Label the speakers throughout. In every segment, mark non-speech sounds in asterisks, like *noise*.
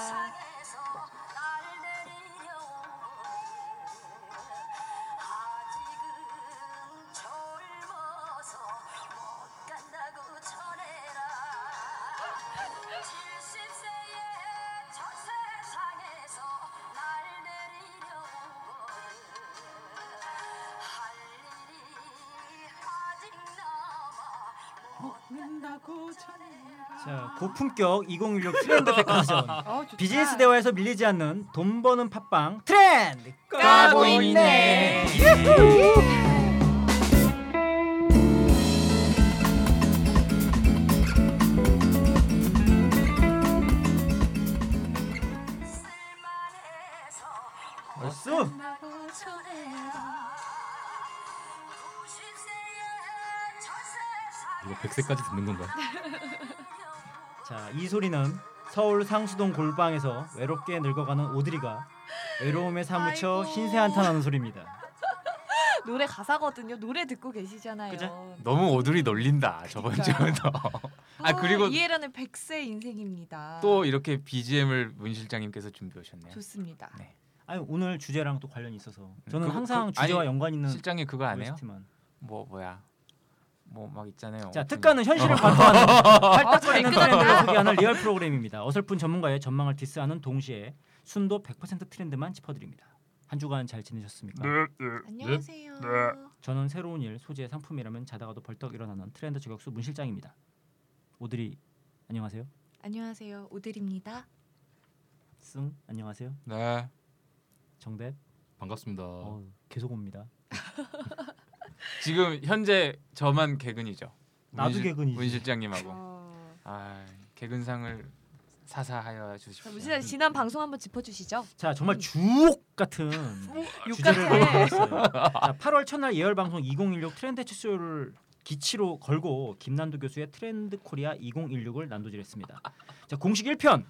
Speaker 1: 아, 우수하다.
Speaker 2: 먹는다고 전해라.
Speaker 3: 자 고품격 2016 트렌드 백화점
Speaker 4: *laughs*
Speaker 2: 아, 좋다.
Speaker 3: 비즈니스 대화에서 밀리지 않는 돈 버는 팟빵 트렌드
Speaker 2: 까고 있네.
Speaker 3: 벌써
Speaker 2: 먹는다고 전해라.
Speaker 4: 이거 100세까지 듣는 건가?
Speaker 3: 자 이 소리는 서울 상수동 골방에서 외롭게 늙어가는 오드리가 외로움에 사무쳐
Speaker 2: 아이고.
Speaker 3: 신세한탄하는 소리입니다.
Speaker 1: *laughs* 노래 가사거든요. 노래 듣고 계시잖아요.
Speaker 3: 그죠?
Speaker 4: *laughs* 너무 오드리 널린다 저번
Speaker 1: 그러니까요. 예.
Speaker 4: 주부터.
Speaker 1: *laughs*
Speaker 4: 아 그리고
Speaker 1: 이해라는 100세 인생입니다.
Speaker 4: 또 이렇게 BGM을 문 실장님께서 준비해 오셨네요.
Speaker 1: 좋습니다.
Speaker 4: 네.
Speaker 3: 아니 오늘 주제랑 또 관련이 있어서 저는
Speaker 4: 그-
Speaker 3: 항상
Speaker 4: 그- 아니,
Speaker 3: 주제와 연관 있는
Speaker 4: 실장님
Speaker 1: 음.
Speaker 4: 그거 안 해요?
Speaker 3: OST만.
Speaker 4: 뭐 뭐야? 뭐 막 있잖아요.
Speaker 3: 자
Speaker 4: 어떤-
Speaker 3: 특가는 현실을
Speaker 4: *laughs*
Speaker 3: 관통하는
Speaker 1: 잘
Speaker 3: 탈탁거리는
Speaker 1: 끄는다.
Speaker 3: 트렌드를 소개하는 리얼 프로그램입니다. 어설픈 전문가의 전망을 디스하는 동시에 순도 100% 트렌드만 짚어드립니다. 한 주간 잘
Speaker 4: 네.
Speaker 3: 지내셨습니까?
Speaker 1: 네. 안녕하세요.
Speaker 3: 저는 새로운 일, 소재, 상품이라면 자다가도 벌떡 일어나는 트렌드 저격수 문 실장입니다. 오드리 안녕하세요.
Speaker 1: 안녕하세요. 오드리입니다.
Speaker 3: 승 안녕하세요.
Speaker 4: 네
Speaker 3: 정백
Speaker 5: 반갑습니다.
Speaker 3: 어, 계속 옵니다.
Speaker 4: 지금 현재 저만 개근이죠. 문
Speaker 3: 나도
Speaker 4: 실-
Speaker 3: 개근이지.
Speaker 4: 문 실장님하고
Speaker 1: 어,
Speaker 4: 아 개근상을 사사하여 주십시오.
Speaker 1: 무시자 지난 방송 한번 짚어주시죠. 네.
Speaker 3: 자 정말 주옥 같은 *laughs* 아, 주제를 *laughs*
Speaker 1: 같아.
Speaker 3: 가져왔어요. 자, 8월 첫날 예열 방송 2016 트렌드 치수를 기치로 걸고 김난도 교수의 트렌드 코리아 2016을 난도질했습니다. 자 공식 1편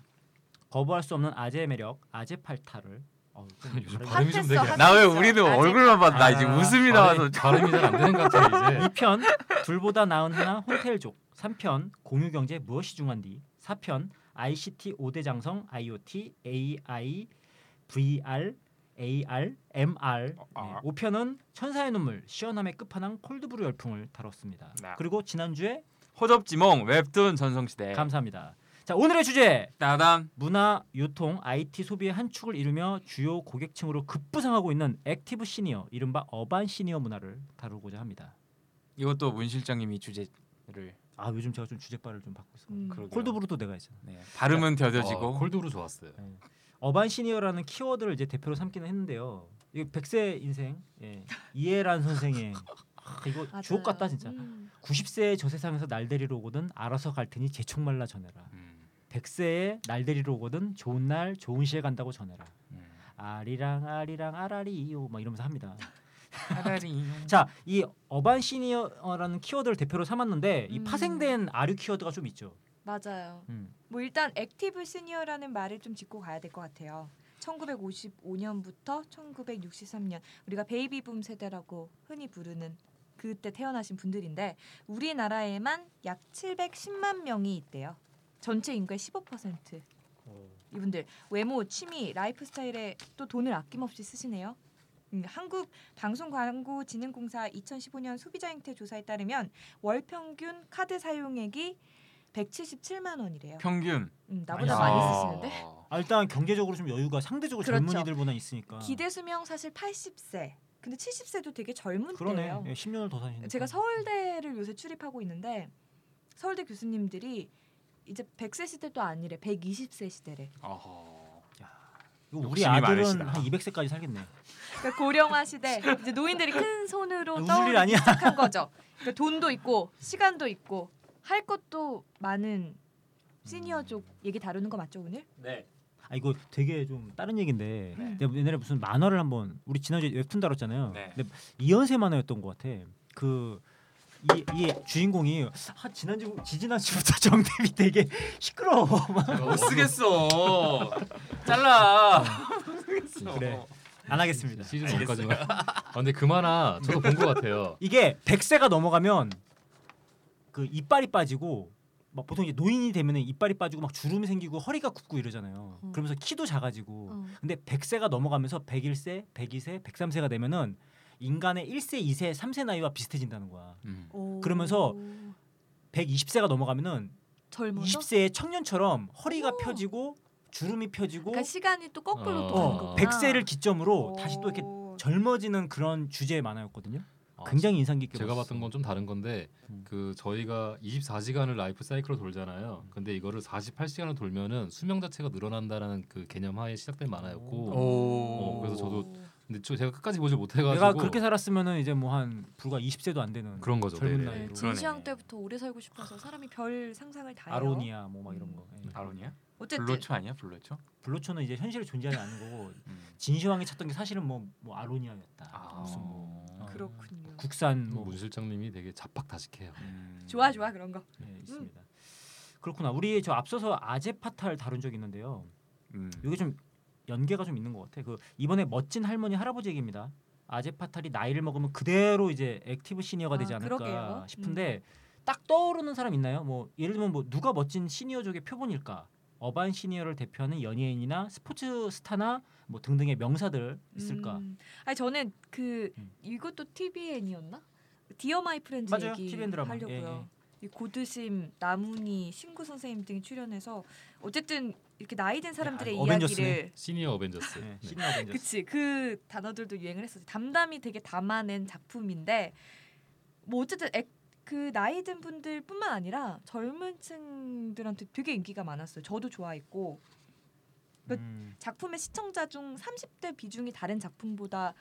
Speaker 3: 거부할 수 없는 아재 매력 아재 팔타를 어, 좀
Speaker 5: 요즘
Speaker 3: 발음이-
Speaker 5: 발음이 좀 되게
Speaker 1: 핫했어, 핫-
Speaker 4: 나왜
Speaker 1: 진짜
Speaker 4: 우리는
Speaker 1: 아직-
Speaker 4: 얼굴만 봤나
Speaker 3: 아,
Speaker 4: 이제 웃음이 나와서
Speaker 5: 발음이, 발음이 잘 안 되는 것 같아 이제.
Speaker 3: 2편 둘보다 나은 하나 혼텔족 3편 공유경제 무엇이 중한디 4편 ICT 5대 장성 IoT AI VR AR MR
Speaker 5: 어, 아.
Speaker 3: 네, 5편은 천사의 눈물 시원함의 끝판왕 콜드브루 열풍을 다뤘습니다
Speaker 4: 네.
Speaker 3: 그리고 지난주에
Speaker 4: *laughs* 호접지몽 웹툰
Speaker 5: 네.
Speaker 4: 전성시대
Speaker 3: 감사합니다 자 오늘의 주제
Speaker 4: 따단
Speaker 3: 문화, 유통, IT 소비의 한 축을 이루며 주요 고객층으로 급부상하고 있는 액티브 시니어, 이른바 어반 시니어 문화를 다루고자 합니다.
Speaker 4: 이것도 문 실장님이 주제를
Speaker 3: 아 요즘 제가 좀 주제빨을 좀 받고 있어요.
Speaker 1: 음.
Speaker 4: 그러게요.
Speaker 3: 콜드브루도 내가 했잖아.
Speaker 4: 네, 발음은 더뎌지고
Speaker 5: 어, 콜드브루 좋았어요.
Speaker 3: 어반 시니어라는 키워드를 이제 대표로 삼기는 했는데요. 이거 백세 인생 예.
Speaker 1: *laughs*
Speaker 3: 이해란 선생의 아, 이거
Speaker 1: 맞아요.
Speaker 3: 주옥 같다 진짜.
Speaker 1: 음.
Speaker 3: 90세의 저 세상에서 날 데리러 오거든 알아서 갈 테니 제촉 말라 전해라.
Speaker 4: 음,
Speaker 3: 100세에 날 데리러 오거든 좋은 날 좋은 시에 간다고 전해라.
Speaker 4: 음.
Speaker 3: 아리랑 아리랑 아라리요 막 이러면서 합니다.
Speaker 4: 차라리
Speaker 3: 자, 이 어반 시니어라는 키워드를 대표로 삼았는데 이
Speaker 1: 음.
Speaker 3: 파생된 아류 키워드가 좀 있죠.
Speaker 1: 맞아요.
Speaker 3: 음.
Speaker 1: 뭐 일단 액티브 시니어라는 말을 좀 짚고 가야 될 것 같아요. 1955년부터 1963년 우리가 베이비붐 세대라고 흔히 부르는 그때 태어나신 분들인데 우리나라에만 약 710만 명이 있대요. 전체 인구의 15%
Speaker 4: 어.
Speaker 1: 이분들 외모, 취미, 라이프스타일에 또 돈을 아낌없이 쓰시네요. 음, 한국 방송광고진흥공사 2015년 소비자 행태 조사에 따르면 월 평균 카드 사용액이 177만 원이래요.
Speaker 4: 평균
Speaker 1: 음, 나보다
Speaker 3: 아.
Speaker 1: 많이 쓰시는데
Speaker 3: 아, 일단 경제적으로 좀 여유가 상대적으로
Speaker 1: 그렇죠.
Speaker 3: 젊은이들보다 있으니까.
Speaker 1: 기대 수명 사실 80세. 근데 70세도 되게 젊은
Speaker 3: 그러네.
Speaker 1: 때예요.
Speaker 3: 예, 10년을 더 사시는.
Speaker 1: 제가 서울대를 요새 출입하고 있는데 서울대 교수님들이 이제 100세 시대도 아니래. 120세 시대래.
Speaker 4: 어허.
Speaker 3: 우리
Speaker 4: 욕심이
Speaker 3: 아들은
Speaker 4: 많으시다.
Speaker 3: 한 200세까지 살겠네.
Speaker 1: 그러니까 고령화 시대 이제 노인들이 큰 손으로
Speaker 3: 웃을 일
Speaker 1: 떠오르기
Speaker 3: 아니야. *laughs*
Speaker 1: 시작한 거죠. 그러니까 돈도 있고 시간도 있고 할 것도 많은
Speaker 3: 음.
Speaker 1: 시니어 쪽 얘기 다루는 거 맞죠 오늘?
Speaker 3: 네. 아 이거 되게 좀 다른 얘기인데
Speaker 1: 네.
Speaker 3: 내가 뭐 옛날에 무슨 만화를 한번 우리 지난주에 웹툰 다뤘잖아요.
Speaker 4: 네.
Speaker 3: 근데 이연세 만화였던 것 같아. 그. 이, 이 주인공이 아, 지난주 지지난주부터 *laughs* 정답이 되게 시끄러워 *laughs* 막
Speaker 4: 못 쓰겠어 잘라
Speaker 3: 그래. 안 하겠습니다.
Speaker 5: 시즌 1까지만. 아, 근데 그 만화 저도 본 것 같아요.
Speaker 3: 이게 100세가 넘어가면 그 이빨이 빠지고 막 보통 이제 노인이 되면은 이빨이 빠지고 막 주름이 생기고 허리가 굽고 이러잖아요.
Speaker 1: 음.
Speaker 3: 그러면서 키도 작아지고.
Speaker 1: 어.
Speaker 3: 근데 100세가 넘어가면서 101세, 102세, 103세가 되면은 인간의 1세, 2세, 3세 나이와 비슷해진다는 거야.
Speaker 5: 음.
Speaker 1: 오.
Speaker 3: 그러면서 120세가 넘어가면은
Speaker 1: 젊어서
Speaker 3: 20세의 청년처럼 허리가
Speaker 1: 오.
Speaker 3: 펴지고 주름이 펴지고
Speaker 1: 그러니까 시간이 또 거꾸로
Speaker 5: 어.
Speaker 1: 도는
Speaker 5: 어,
Speaker 1: 거구나.
Speaker 3: 100세를 기점으로
Speaker 1: 오.
Speaker 3: 다시 또 이렇게 젊어지는 그런 주제의 만화였거든요.
Speaker 5: 아,
Speaker 3: 굉장히 인상 깊게
Speaker 5: 제가
Speaker 3: 봤어요.
Speaker 5: 봤던 건 좀 다른 건데
Speaker 3: 음.
Speaker 5: 그 저희가 24시간을 라이프 사이클로 돌잖아요. 근데 이거를 48시간을 돌면은 수명 자체가 늘어난다라는 그 개념 하에 시작된 만화였고
Speaker 4: 오.
Speaker 5: 어, 그래서 저도
Speaker 3: 네,
Speaker 5: 근데 저- 제가 끝까지 보지 못해가지고
Speaker 3: 내가 그렇게 살았으면은 이제 뭐 한 불과 20세도 안 되는
Speaker 5: 그런 거죠.
Speaker 3: 젊은
Speaker 5: 네네.
Speaker 3: 나이로
Speaker 4: 그러네.
Speaker 1: 진시황 때부터 오래 살고 싶어서 사람이 별 상상을 다 해요.
Speaker 3: 아로니아 뭐 막 이런 거. 예.
Speaker 4: 아론이야?
Speaker 1: 어쨌든
Speaker 4: 블로초 아니야? 블로초?
Speaker 3: 블로초는 이제 현실에 존재하지 않는 거고
Speaker 4: 음.
Speaker 3: 진시황이 찾던 게 사실은 뭐, 뭐 아로니아였다.
Speaker 4: 아.
Speaker 3: 무슨 뭐 어.
Speaker 1: 그렇군요.
Speaker 3: 국산 뭐
Speaker 5: 문 실장님이 되게 자박다식해요.
Speaker 4: 음.
Speaker 1: 좋아 좋아 그런 거.
Speaker 3: 예, 있습니다. 그렇구나. 우리 저 앞서서 아제파탈 다룬 적 있는데요.
Speaker 4: 음.
Speaker 3: 이게 좀 연계가 좀 있는 것 같아. 그 이번에 멋진 할머니 할아버지 얘기입니다. 아제파탈이 나이를 먹으면 그대로 이제 액티브 시니어가
Speaker 1: 아,
Speaker 3: 되지 않을까
Speaker 1: 그러게요.
Speaker 3: 싶은데 딱 떠오르는 사람 있나요? 뭐 예를 들면 뭐 누가 멋진 시니어족의 표본일까? 어반 시니어를 대표하는 연예인이나 스포츠 스타나 뭐 등등의 명사들 있을까?
Speaker 1: 음. 아니 저는 그
Speaker 3: 음.
Speaker 1: 이것도 TVN이었나? 디어 마이 프렌즈
Speaker 3: 맞아요.
Speaker 1: 얘기
Speaker 3: TVN 드라마.
Speaker 1: 하려고요.
Speaker 3: 예,
Speaker 1: 이 고드심, 나문희, 신구 선생님 등이 출연해서 어쨌든 이렇게 나이든 사람들의
Speaker 3: 아, 어벤져스네.
Speaker 1: 이야기를
Speaker 5: 시니어 어벤져스.
Speaker 3: 예.
Speaker 5: 네.
Speaker 1: *laughs*
Speaker 3: 시니어 벤져스.
Speaker 1: 그치 그 단어들도 유행을 했었지 담담히 되게 담아낸 작품인데 뭐 어쨌든 액, 그 나이 든 분들뿐만 아니라 젊은 층들한테 되게 인기가 많았어요 저도 좋아했고 그-
Speaker 3: 음.
Speaker 1: 작품의 시청자 중 30대 비중이 다른 작품보다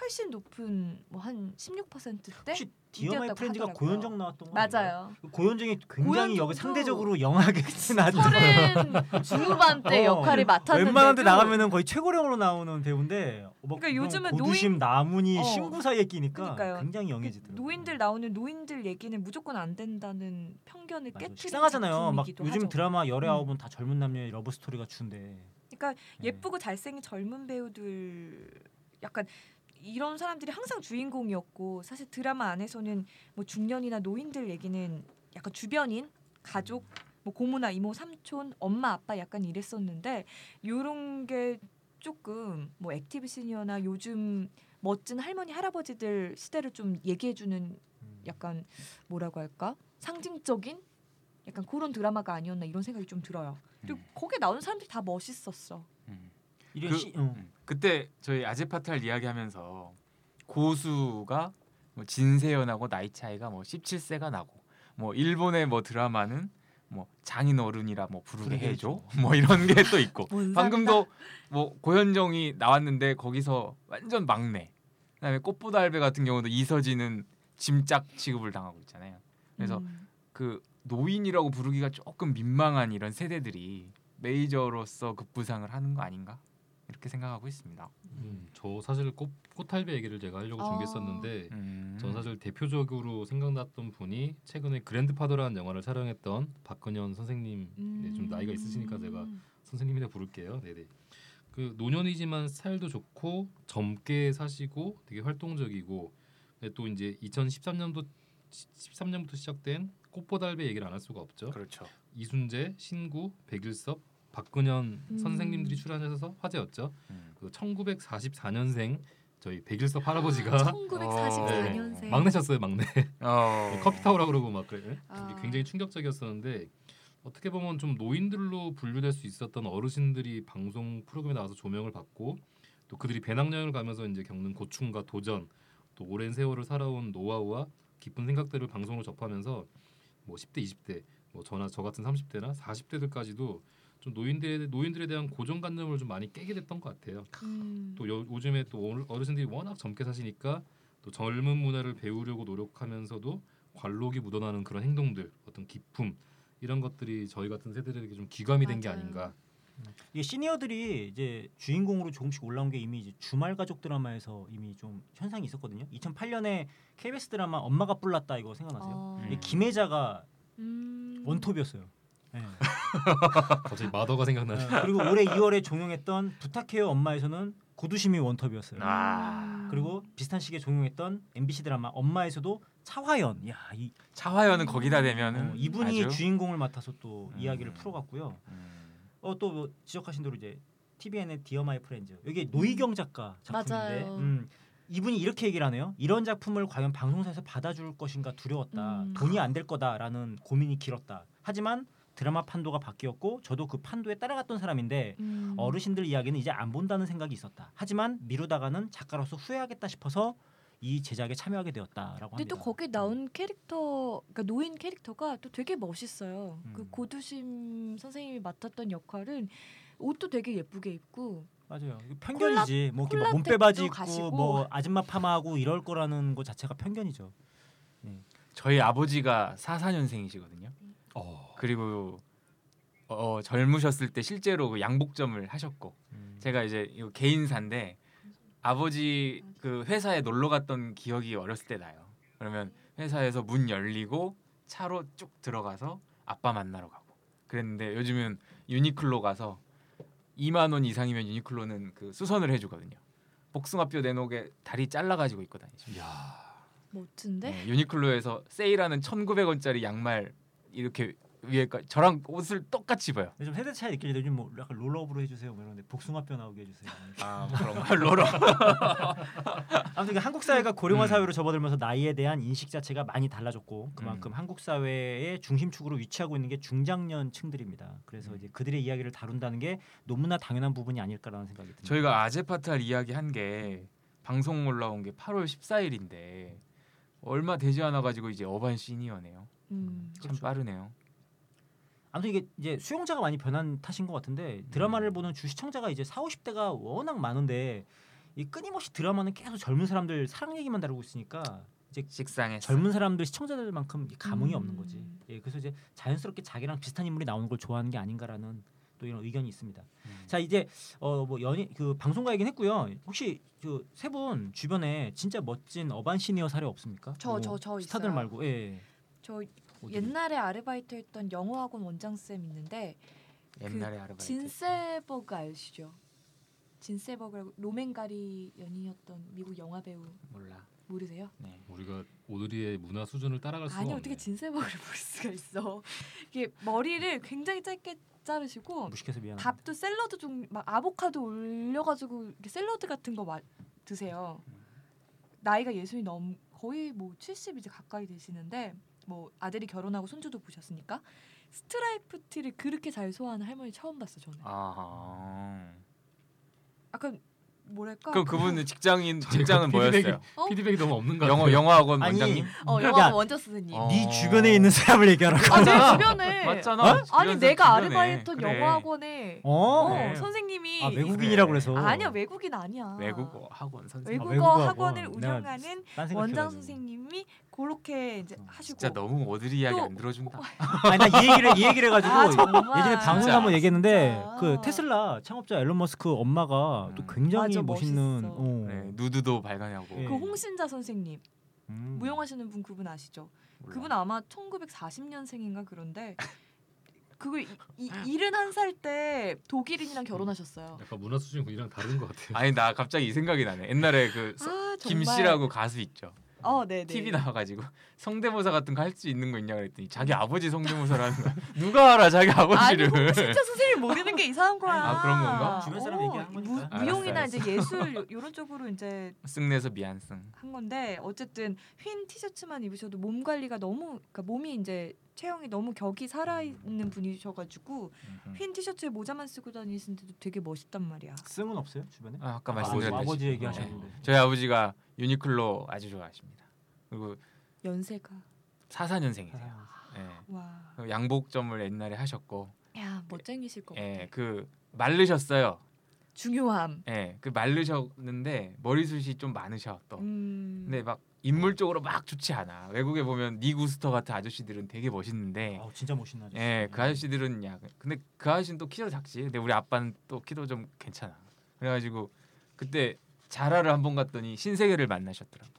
Speaker 1: 훨씬 높은 뭐 한 16%대
Speaker 3: 혹시 어. 디어 마이
Speaker 1: 인기였다고
Speaker 3: 프렌즈가
Speaker 1: 하더라고요.
Speaker 3: 고현정 나왔던 거 아닌가요? 그
Speaker 1: 맞아요.
Speaker 3: 고현정이 굉장히
Speaker 1: 고현정도-
Speaker 3: 여기 상대적으로 영하게
Speaker 1: *laughs*
Speaker 3: 나왔죠.
Speaker 1: 서른 중후반 때
Speaker 3: 어,
Speaker 1: 역할을 맡았는데
Speaker 3: 웬만한 데 나가면은 거의 최고령으로 나오는 배우인데 어, 막
Speaker 1: 그러니까 요즘은
Speaker 3: 고두심 나문이
Speaker 1: 어.
Speaker 3: 신구 사이에 끼니까
Speaker 1: 그러니까요.
Speaker 3: 굉장히 영해지더라고요.
Speaker 1: 노인들 나오는 노인들 얘기는 무조건 안 된다는 편견을
Speaker 3: 맞아요.
Speaker 1: 깨뜨리는
Speaker 3: 식상하잖아요. 막
Speaker 1: 작품이기도
Speaker 3: 요즘
Speaker 1: 하죠.
Speaker 3: 드라마 열애
Speaker 1: 음.
Speaker 3: 아홉은 다 젊은 남녀의 러브 스토리가 주인데
Speaker 1: 그러니까
Speaker 3: 네.
Speaker 1: 예쁘고 잘생긴 젊은 배우들 약간 이런 사람들이 항상 주인공이었고 사실 드라마 안에서는 뭐 중년이나 노인들 얘기는 약간 주변인 가족 뭐 고모나 이모 삼촌 엄마 아빠 약간 이랬었는데 요런 게 조금 뭐 액티브 시니어나 요즘 멋진 할머니 할아버지들 시대를 좀 얘기해 주는
Speaker 3: 음.
Speaker 1: 약간 뭐라고 할까 상징적인 약간 그런 드라마가 아니었나 이런 생각이 좀 들어요. 그리고
Speaker 3: 네.
Speaker 4: 음.
Speaker 1: 거기에 나오는 사람들이 다 멋있었어.
Speaker 4: 음.
Speaker 3: 이런
Speaker 4: 그-
Speaker 3: 시, 어.
Speaker 4: 음. 그때 저희 아제파탈 이야기하면서 고수가 뭐 진세연하고 나이 차이가 뭐 17세가 나고 뭐 일본의 뭐 드라마는 뭐 장인 어른이라 뭐 부르게
Speaker 3: 부르게
Speaker 4: 해줘 *laughs* 뭐 이런 게 또 있고 *laughs*
Speaker 1: 뭔
Speaker 4: 방금도 뭐 고현정이 나왔는데 거기서 완전 막내 그다음에 꽃보다 할배 같은 경우도 이서진은 짐짝 취급을 당하고 있잖아요 그래서
Speaker 1: 음.
Speaker 4: 그 노인이라고 부르기가 조금 민망한 이런 세대들이 메이저로서 급부상을 하는 거 아닌가 이렇게 생각하고 있습니다.
Speaker 5: 음, 저 사실 꽃 꽃할배 얘기를 제가 하려고
Speaker 1: 아.
Speaker 5: 준비했었는데
Speaker 4: 음.
Speaker 5: 네. 전 사실 대표적으로 생각났던 분이 최근에 그랜드파더라는 영화를 촬영했던 박근현 선생님
Speaker 1: 음.
Speaker 5: 네, 좀 나이가 있으시니까 제가 선생님이라 부를게요. 네네. 그 노년이지만 스타일도 좋고 젊게 사시고 되게 활동적이고 근데 또 이제 2013년도 13년부터 시작된 꽃보달배 얘기를 안 할 수가 없죠.
Speaker 4: 그렇죠.
Speaker 5: 이순재, 신구, 백일섭, 박근현
Speaker 1: 음.
Speaker 5: 선생님들이 출연하셔서 화제였죠.
Speaker 4: 음.
Speaker 5: 그 1944년생 저희 백일섭 할아버지가
Speaker 1: 1944년생
Speaker 4: 네.
Speaker 5: 막내셨어요, 막내.
Speaker 4: 어.
Speaker 5: 커피 타오라 그러고 막 그래.
Speaker 1: 아.
Speaker 5: 굉장히 충격적이었었는데 어떻게 보면 좀 노인들로 분류될 수 있었던 어르신들이 방송 프로그램에 나와서 조명을 받고 또 그들이 배낭여행을 가면서 이제 겪는 고충과 도전 또 오랜 세월을 살아온 노하우와 깊은 생각들을 방송으로 접하면서 뭐 10대, 20대, 뭐 저나 저 같은 30대나 40대들까지도 좀 노인들에 노인들에 대한 고정관념을 좀 많이 깨게 됐던 것 같아요.
Speaker 1: 음.
Speaker 5: 또 요, 요즘에 또 어르- 어르신들이 워낙 젊게 사시니까 또 젊은 문화를 배우려고 노력하면서도 관록이 묻어나는 그런 행동들 어떤 기품 이런 것들이 저희 같은 세대들에게 좀 귀감이 된 게
Speaker 1: 맞아요.
Speaker 5: 아닌가
Speaker 3: 이게 시니어들이 이제 주인공으로 조금씩 올라온 게 이미 이제 주말 가족 드라마에서 이미 좀 현상이 있었거든요. 2008년에 KBS 드라마 엄마가 불났다 이거 생각나세요?
Speaker 1: 어.
Speaker 4: 음.
Speaker 3: 이 김혜자가
Speaker 1: 음.
Speaker 3: 원톱이었어요. 예.
Speaker 5: 갑자기 마더가 생각나네
Speaker 4: *laughs*
Speaker 3: 어, 그리고 올해 2월에 종영했던 부탁해요 엄마에서는 고두심이 원톱이었어요.
Speaker 4: 아.
Speaker 3: 그리고 비슷한 시기에 종영했던 MBC 드라마 엄마에서도 차화연, 야, 이,
Speaker 4: 차화연은 거기다
Speaker 3: 어,
Speaker 4: 대면은
Speaker 3: 이분이
Speaker 4: 음, 아주-
Speaker 3: 주인공을 맡아서 또
Speaker 4: 음.
Speaker 3: 이야기를 풀어갔고요.
Speaker 4: 음.
Speaker 3: 어, 또뭐 지적하신 대로 이제 TVN의 디어 마이 프렌즈 여기 노희경 작가 작품인데
Speaker 6: 맞아요.
Speaker 3: 음, 이분이 이렇게 얘기를 하네요. 이런 작품을 과연 방송사에서 받아줄 것인가 두려웠다.
Speaker 1: 음.
Speaker 3: 돈이 안 될 거다라는 고민이 길었다. 하지만 드라마 판도가 바뀌었고 저도 그 판도에 따라갔던 사람인데
Speaker 1: 음.
Speaker 3: 어르신들 이야기는 이제 안 본다는 생각이 있었다. 하지만 미루다가는 작가로서 후회하겠다 싶어서 이 제작에 참여하게 되었다라고
Speaker 1: 근데
Speaker 3: 합니다.
Speaker 1: 또 거기 나온 캐릭터, 그러니까 노인 캐릭터가 또 되게 멋있어요.
Speaker 3: 음.
Speaker 1: 그 고두심 선생님이 맡았던 역할은 옷도 되게 예쁘게 입고
Speaker 3: 맞아요. 이거 편견이지. 뭐 이렇게 막
Speaker 1: 콜라텍도
Speaker 3: 몸빼바지 입고
Speaker 1: 가시고.
Speaker 3: 뭐 아줌마 파마하고 이럴 거라는 거 자체가 편견이죠.
Speaker 4: 저희 아버지가 44년생이시거든요.
Speaker 5: 어.
Speaker 4: 그리고 어, 젊으셨을 때 실제로 그 양복점을 하셨고
Speaker 3: 음.
Speaker 4: 제가 이제 이거 개인사인데 아버지 그 회사에 놀러 갔던 기억이 어렸을 때 나요. 그러면 회사에서 문 열리고 차로 쭉 들어가서 아빠 만나러 가고 그랬는데 요즘은 유니클로 가서 2만 원 이상이면 유니클로는 그 수선을 해주거든요. 복숭아뼈 내놓게 다리 잘라가지고 입고 다니죠.
Speaker 5: 야.
Speaker 1: 멋진데.
Speaker 4: 네, 유니클로에서 세일하는 1,900원짜리 양말 이렇게 위에까 저랑 옷을 똑같이 입어요.
Speaker 3: 근데 좀 세대 차이 느끼는데 요즘 뭐 약간 롤업으로 해주세요. 뭐 이런데 복숭아뼈 나오게 해주세요.
Speaker 4: 아 *laughs* 그런 걸로
Speaker 3: 아무튼 이게 한국 사회가 고령화
Speaker 4: 음.
Speaker 3: 사회로 접어들면서 나이에 대한 인식 자체가 많이 달라졌고 그만큼
Speaker 4: 음.
Speaker 3: 한국 사회의 중심축으로 위치하고 있는 게 중장년층들입니다. 그래서
Speaker 4: 음.
Speaker 3: 이제 그들의 이야기를 다룬다는 게 너무나 당연한 부분이 아닐까라는 생각이 듭니다.
Speaker 4: 저희가 아제파탈 이야기 한 게 방송 올라온 게 8월 14일인데 얼마 되지 않아 가지고 이제 어반 시니어네요.
Speaker 1: 음.
Speaker 4: 참 빠르네요.
Speaker 3: 아무튼 이게 이제 수용자가 많이 변한 탓인 것 같은데
Speaker 4: 음.
Speaker 3: 드라마를 보는 주 시청자가 이제 4, 50대가 워낙 많은데 이 끊임없이 드라마는 계속 젊은 사람들 사랑 얘기만 다루고 있으니까 이제
Speaker 4: 식상했어.
Speaker 3: 젊은 사람들 시청자들만큼 이 감흥이
Speaker 1: 음.
Speaker 3: 없는 거지. 예, 그래서 이제 자연스럽게 자기랑 비슷한 인물이 나오는 걸 좋아하는 게 아닌가라는 또 이런 의견이 있습니다.
Speaker 4: 음.
Speaker 3: 자 이제 어 뭐 연예 그 방송가 얘긴 했고요. 혹시 그 세 분 주변에 진짜 멋진 어반 시니어 사례 없습니까? 뭐
Speaker 1: 저, 저, 저
Speaker 3: 스타들
Speaker 1: 있어요.
Speaker 3: 말고 예, 예.
Speaker 1: 저
Speaker 3: 어디?
Speaker 1: 옛날에 아르바이트 했던 영어학원 원장 쌤 있는데
Speaker 4: 옛날에 아르바이트.
Speaker 1: 진세버그 아시죠? 진세버그라고 로맨가리 연인이었던 미국 영화 배우
Speaker 4: 몰라.
Speaker 1: 모르세요?
Speaker 4: 네.
Speaker 5: 우리가 오드리의 문화 수준을 따라갈 수가
Speaker 1: 아니
Speaker 5: 없네.
Speaker 1: 어떻게 진세버그를 볼 수가 있어? 이게 머리를 굉장히 짧게
Speaker 4: 아,
Speaker 1: 자르시고
Speaker 3: 무식해서 음, 미안합니다.
Speaker 1: 밥도 샐러드 종막 아보카도 올려가지고 이렇게 샐러드 같은 거 마, 드세요.
Speaker 4: 음.
Speaker 1: 나이가 예순이 넘 거의 뭐 70 이제 가까이 되시는데 뭐 아들이 결혼하고 손주도 보셨으니까 스트라이프 티를 그렇게 잘 소화하는 할머니 처음 봤어 저는.
Speaker 4: 아.
Speaker 1: 약간 뭐랄까.
Speaker 4: 그럼 그분은 직장인
Speaker 5: 저희가
Speaker 4: 직장은
Speaker 5: 피드백이-
Speaker 4: 뭐였어요?
Speaker 1: 어?
Speaker 5: 피드백이 너무 없는 것 같아요.
Speaker 4: 영어 영어학원
Speaker 3: 아니,
Speaker 4: 원장님?
Speaker 1: 어
Speaker 3: 음. 야.
Speaker 1: 영화 원저 선생님.
Speaker 4: 어.
Speaker 3: 그러니까 네 주변에 있는 사람을 얘기하라고.
Speaker 1: 아제 주변에.
Speaker 4: 맞잖아.
Speaker 3: 어?
Speaker 1: 네. 아니
Speaker 4: 주변에서
Speaker 1: 내가
Speaker 4: 주변에.
Speaker 1: 아르바이트 한
Speaker 4: 그래.
Speaker 1: 영어학원에
Speaker 3: 어.
Speaker 1: 어,
Speaker 4: 네.
Speaker 1: 선생님이
Speaker 3: 아 외국인이라고
Speaker 4: 그래.
Speaker 3: 그래서.
Speaker 1: 아니야 외국인 아니야.
Speaker 4: 외국어 학원 선생님.
Speaker 1: 외국어
Speaker 3: 아, 외국어학원.
Speaker 1: 학원을
Speaker 3: 내가
Speaker 1: 운영하는
Speaker 3: 딴 생각
Speaker 1: 원장
Speaker 3: 해가지고.
Speaker 1: 선생님이 그렇게 이제
Speaker 3: 어,
Speaker 1: 하시고
Speaker 4: 진짜 너무 오드리 이야기
Speaker 1: 또-
Speaker 4: 안 들어준다.
Speaker 3: 아니 나 이 얘기를 이 얘기를 해가지고
Speaker 1: 아, 정말.
Speaker 3: 예전에 방송
Speaker 4: 진짜.
Speaker 3: 한번 얘기했는데
Speaker 1: 진짜.
Speaker 3: 그 테슬라 창업자 앨런 머스크 엄마가 또
Speaker 4: 음.
Speaker 3: 굉장히
Speaker 1: 맞아,
Speaker 3: 멋있는
Speaker 1: 멋있어.
Speaker 3: 어.
Speaker 4: 네, 누드도 발간하고.
Speaker 3: 예.
Speaker 1: 그 홍신자 선생님
Speaker 3: 음.
Speaker 1: 무용하시는 분 그분 아시죠?
Speaker 4: 몰라.
Speaker 1: 그분 아마 1940년생인가
Speaker 4: *laughs*
Speaker 1: 그런데 그걸 이- 이- 71살 때 독일인이랑
Speaker 4: 음.
Speaker 1: 결혼하셨어요.
Speaker 5: 약간 문화 수준이 우리랑 다른 것 같아요.
Speaker 4: 아니 나 갑자기 이 생각이 나네. 옛날에 그 서-
Speaker 1: 아, 정말.
Speaker 4: 김씨라고 가수 있죠.
Speaker 1: 어, 네, 네.
Speaker 4: TV 나와가지고 *laughs* 성대모사 같은 거 할 수 있는 거 있냐 그랬더니 자기 아버지 성대모사라는 거 *laughs* 누가 알아 자기
Speaker 1: 음. 아니 뭐
Speaker 4: 아버지를
Speaker 1: 홍신자 선생님 모르는 게 이상한 거야.
Speaker 4: 아, 그런 건가?
Speaker 3: 주변 사람
Speaker 1: 어,
Speaker 3: 얘기한 거니까.
Speaker 1: 무-
Speaker 4: 알았어,
Speaker 1: 무용이나
Speaker 4: 알았어.
Speaker 1: 이제 예술 이런 쪽으로 이제
Speaker 4: *laughs* 승내서 미안승
Speaker 1: 한 건데 어쨌든 흰 티셔츠만 입으셔도 몸 관리가 너무 그러니까 몸이 이제 체형이 너무 격이 살아 있는 분이셔가지고
Speaker 4: 음.
Speaker 1: 흰 티셔츠에 모자만 쓰고 다니시는데도 되게 멋있단 말이야.
Speaker 3: 씀은 없어요 주변에?
Speaker 4: 아, 아까
Speaker 3: 아버지,
Speaker 4: 말씀드렸듯이
Speaker 3: 아버지
Speaker 4: 네.
Speaker 3: 얘기하셨는데
Speaker 4: 저희 아버지가 유니클로 아주 좋아하십니다 그리고
Speaker 1: 연세가
Speaker 4: 44년생이세요
Speaker 3: 아,
Speaker 4: 예. 그
Speaker 1: 와,
Speaker 4: 양복점을 옛날에 하셨고
Speaker 1: 야 멋쟁이실 것 같아.
Speaker 4: 예, 그 말르셨어요
Speaker 1: 중요함.
Speaker 4: 예, 그 말르셨는데 머리숱이 좀 많으셔 또
Speaker 1: 음.
Speaker 4: 어. 근데 막 인물적으로 막 좋지 않아 외국에 보면 니구스터 같은 아저씨들은 되게 멋있는데
Speaker 3: 아 진짜 멋있는 아저씨.
Speaker 4: 예, 그 아저씨들은 야 근데 그 아저씨는 또 키도 작지. 근데 우리 아빠는 또 키도 좀 괜찮아. 그래가지고 그때 자라를 한 번 갔더니 신세계를 만나셨더라고.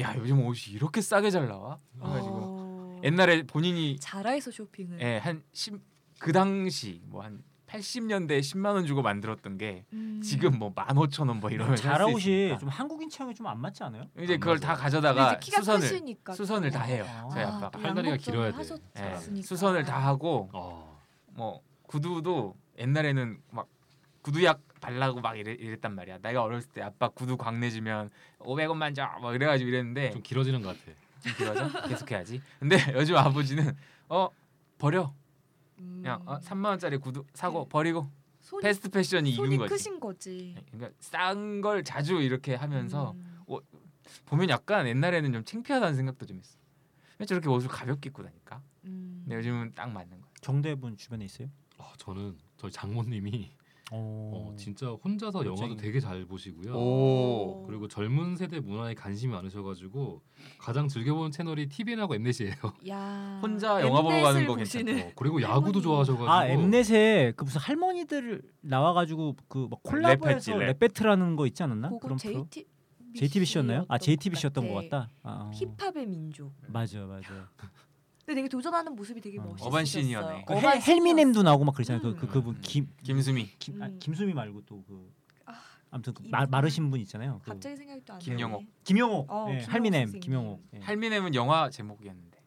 Speaker 4: 야 요즘 옷이 이렇게 싸게 잘 나와? 그래가지고
Speaker 1: 어,
Speaker 4: 옛날에 본인이
Speaker 1: 자라에서 쇼핑을.
Speaker 4: 예, 한1그 당시 그 뭐 한 80년대에 10만 원 주고 만들었던 게
Speaker 1: 음.
Speaker 4: 지금 뭐 15,000원 뭐 이러면 살수
Speaker 3: 음, 잘아웃이
Speaker 4: 있으니까.
Speaker 3: 좀 한국인 취향에 좀 안 맞지 않아요?
Speaker 4: 이제 그걸 다 가져다가
Speaker 1: 근데 이제 키가
Speaker 4: 수선을
Speaker 1: 크시니까 어.
Speaker 4: 수선을 다 해요.
Speaker 3: 아.
Speaker 4: 저희 아빠가
Speaker 5: 팔다리가 길어야 돼.
Speaker 4: 예,
Speaker 5: 네.
Speaker 1: 네.
Speaker 4: 수선을 다 하고
Speaker 5: 어.
Speaker 4: 뭐 구두도 옛날에는 막 구두약 발라고 막 이랬, 이랬단 말이야. 내가 어렸을 때 아빠 구두 광내주면 500원만 줘. 막 이래가지고 이랬는데
Speaker 5: 좀 길어지는 것 같아.
Speaker 4: 그러죠. 계속해야지. 근데 *laughs* 요즘 아버지는 어 버려.
Speaker 1: 음.
Speaker 4: 그냥 어, 3만 원짜리 구두 사고
Speaker 1: 네.
Speaker 4: 버리고
Speaker 1: 손이,
Speaker 4: 패스트 패션이
Speaker 1: 손이
Speaker 4: 이긴 거지.
Speaker 1: 크신 거지.
Speaker 4: 그러니까 싼 걸 자주 이렇게 하면서
Speaker 1: 음.
Speaker 4: 보면 약간 옛날에는 좀 창피하다는 생각도 좀 했어. 왜 저렇게 옷을 가볍게 입고 다니까?
Speaker 1: 음.
Speaker 4: 근데 요즘은 딱 맞는 거야.
Speaker 3: 정대분 주변에 있어요?
Speaker 5: 어, 저는 저희 장모님이 어, 진짜 혼자서 영화도
Speaker 4: 멋쟁이.
Speaker 5: 되게 잘 보시고요.
Speaker 4: 오.
Speaker 5: 그리고 젊은 세대 문화에 관심이 많으셔가지고 가장 즐겨보는 채널이 TVN하고 엠넷이에요. *laughs*
Speaker 1: 야.
Speaker 4: 혼자 영화 보러 가는 거
Speaker 1: 엠넷을 보시는-
Speaker 5: 어, 그리고 야구도
Speaker 1: 할머니.
Speaker 5: 좋아하셔가지고
Speaker 3: 아 엠넷에 그 무슨 할머니들 나와가지고 그 막 콜라보해서
Speaker 4: 랩했지, 랩.
Speaker 3: 랩 배틀하는 거
Speaker 1: *laughs*
Speaker 3: 있지 않았나?
Speaker 1: 그거
Speaker 3: 그런 프로?
Speaker 1: JT
Speaker 3: JTBC였나요? 아 JTBC였던 것 같다. 아, 어.
Speaker 1: 힙합의 민족.
Speaker 3: 맞아 맞아.
Speaker 1: 근데 되게 도전하는 모습이 되게
Speaker 3: 어.
Speaker 1: 멋있었어요.
Speaker 4: 음, 어반 시니어네.
Speaker 3: 그 헬, 헬미넴도 나오고 막 그러잖아요.
Speaker 1: 음.
Speaker 3: 그, 그 그분 김,
Speaker 4: 김수미,
Speaker 3: 김 아,
Speaker 1: 음.
Speaker 3: 김수미 말고 또그
Speaker 1: 아,
Speaker 3: 아무튼 그
Speaker 1: 김-
Speaker 3: 마, 마르신 분 있잖아요. 그
Speaker 1: 갑자기 생각이 또안
Speaker 4: 김영옥.
Speaker 1: 나네.
Speaker 3: 김영옥,
Speaker 1: 어,
Speaker 3: 예,
Speaker 1: 김영옥
Speaker 3: 할미넴,
Speaker 1: 선생님.
Speaker 3: 김영옥. 예.
Speaker 4: 할미넴은 영화 제목이었는데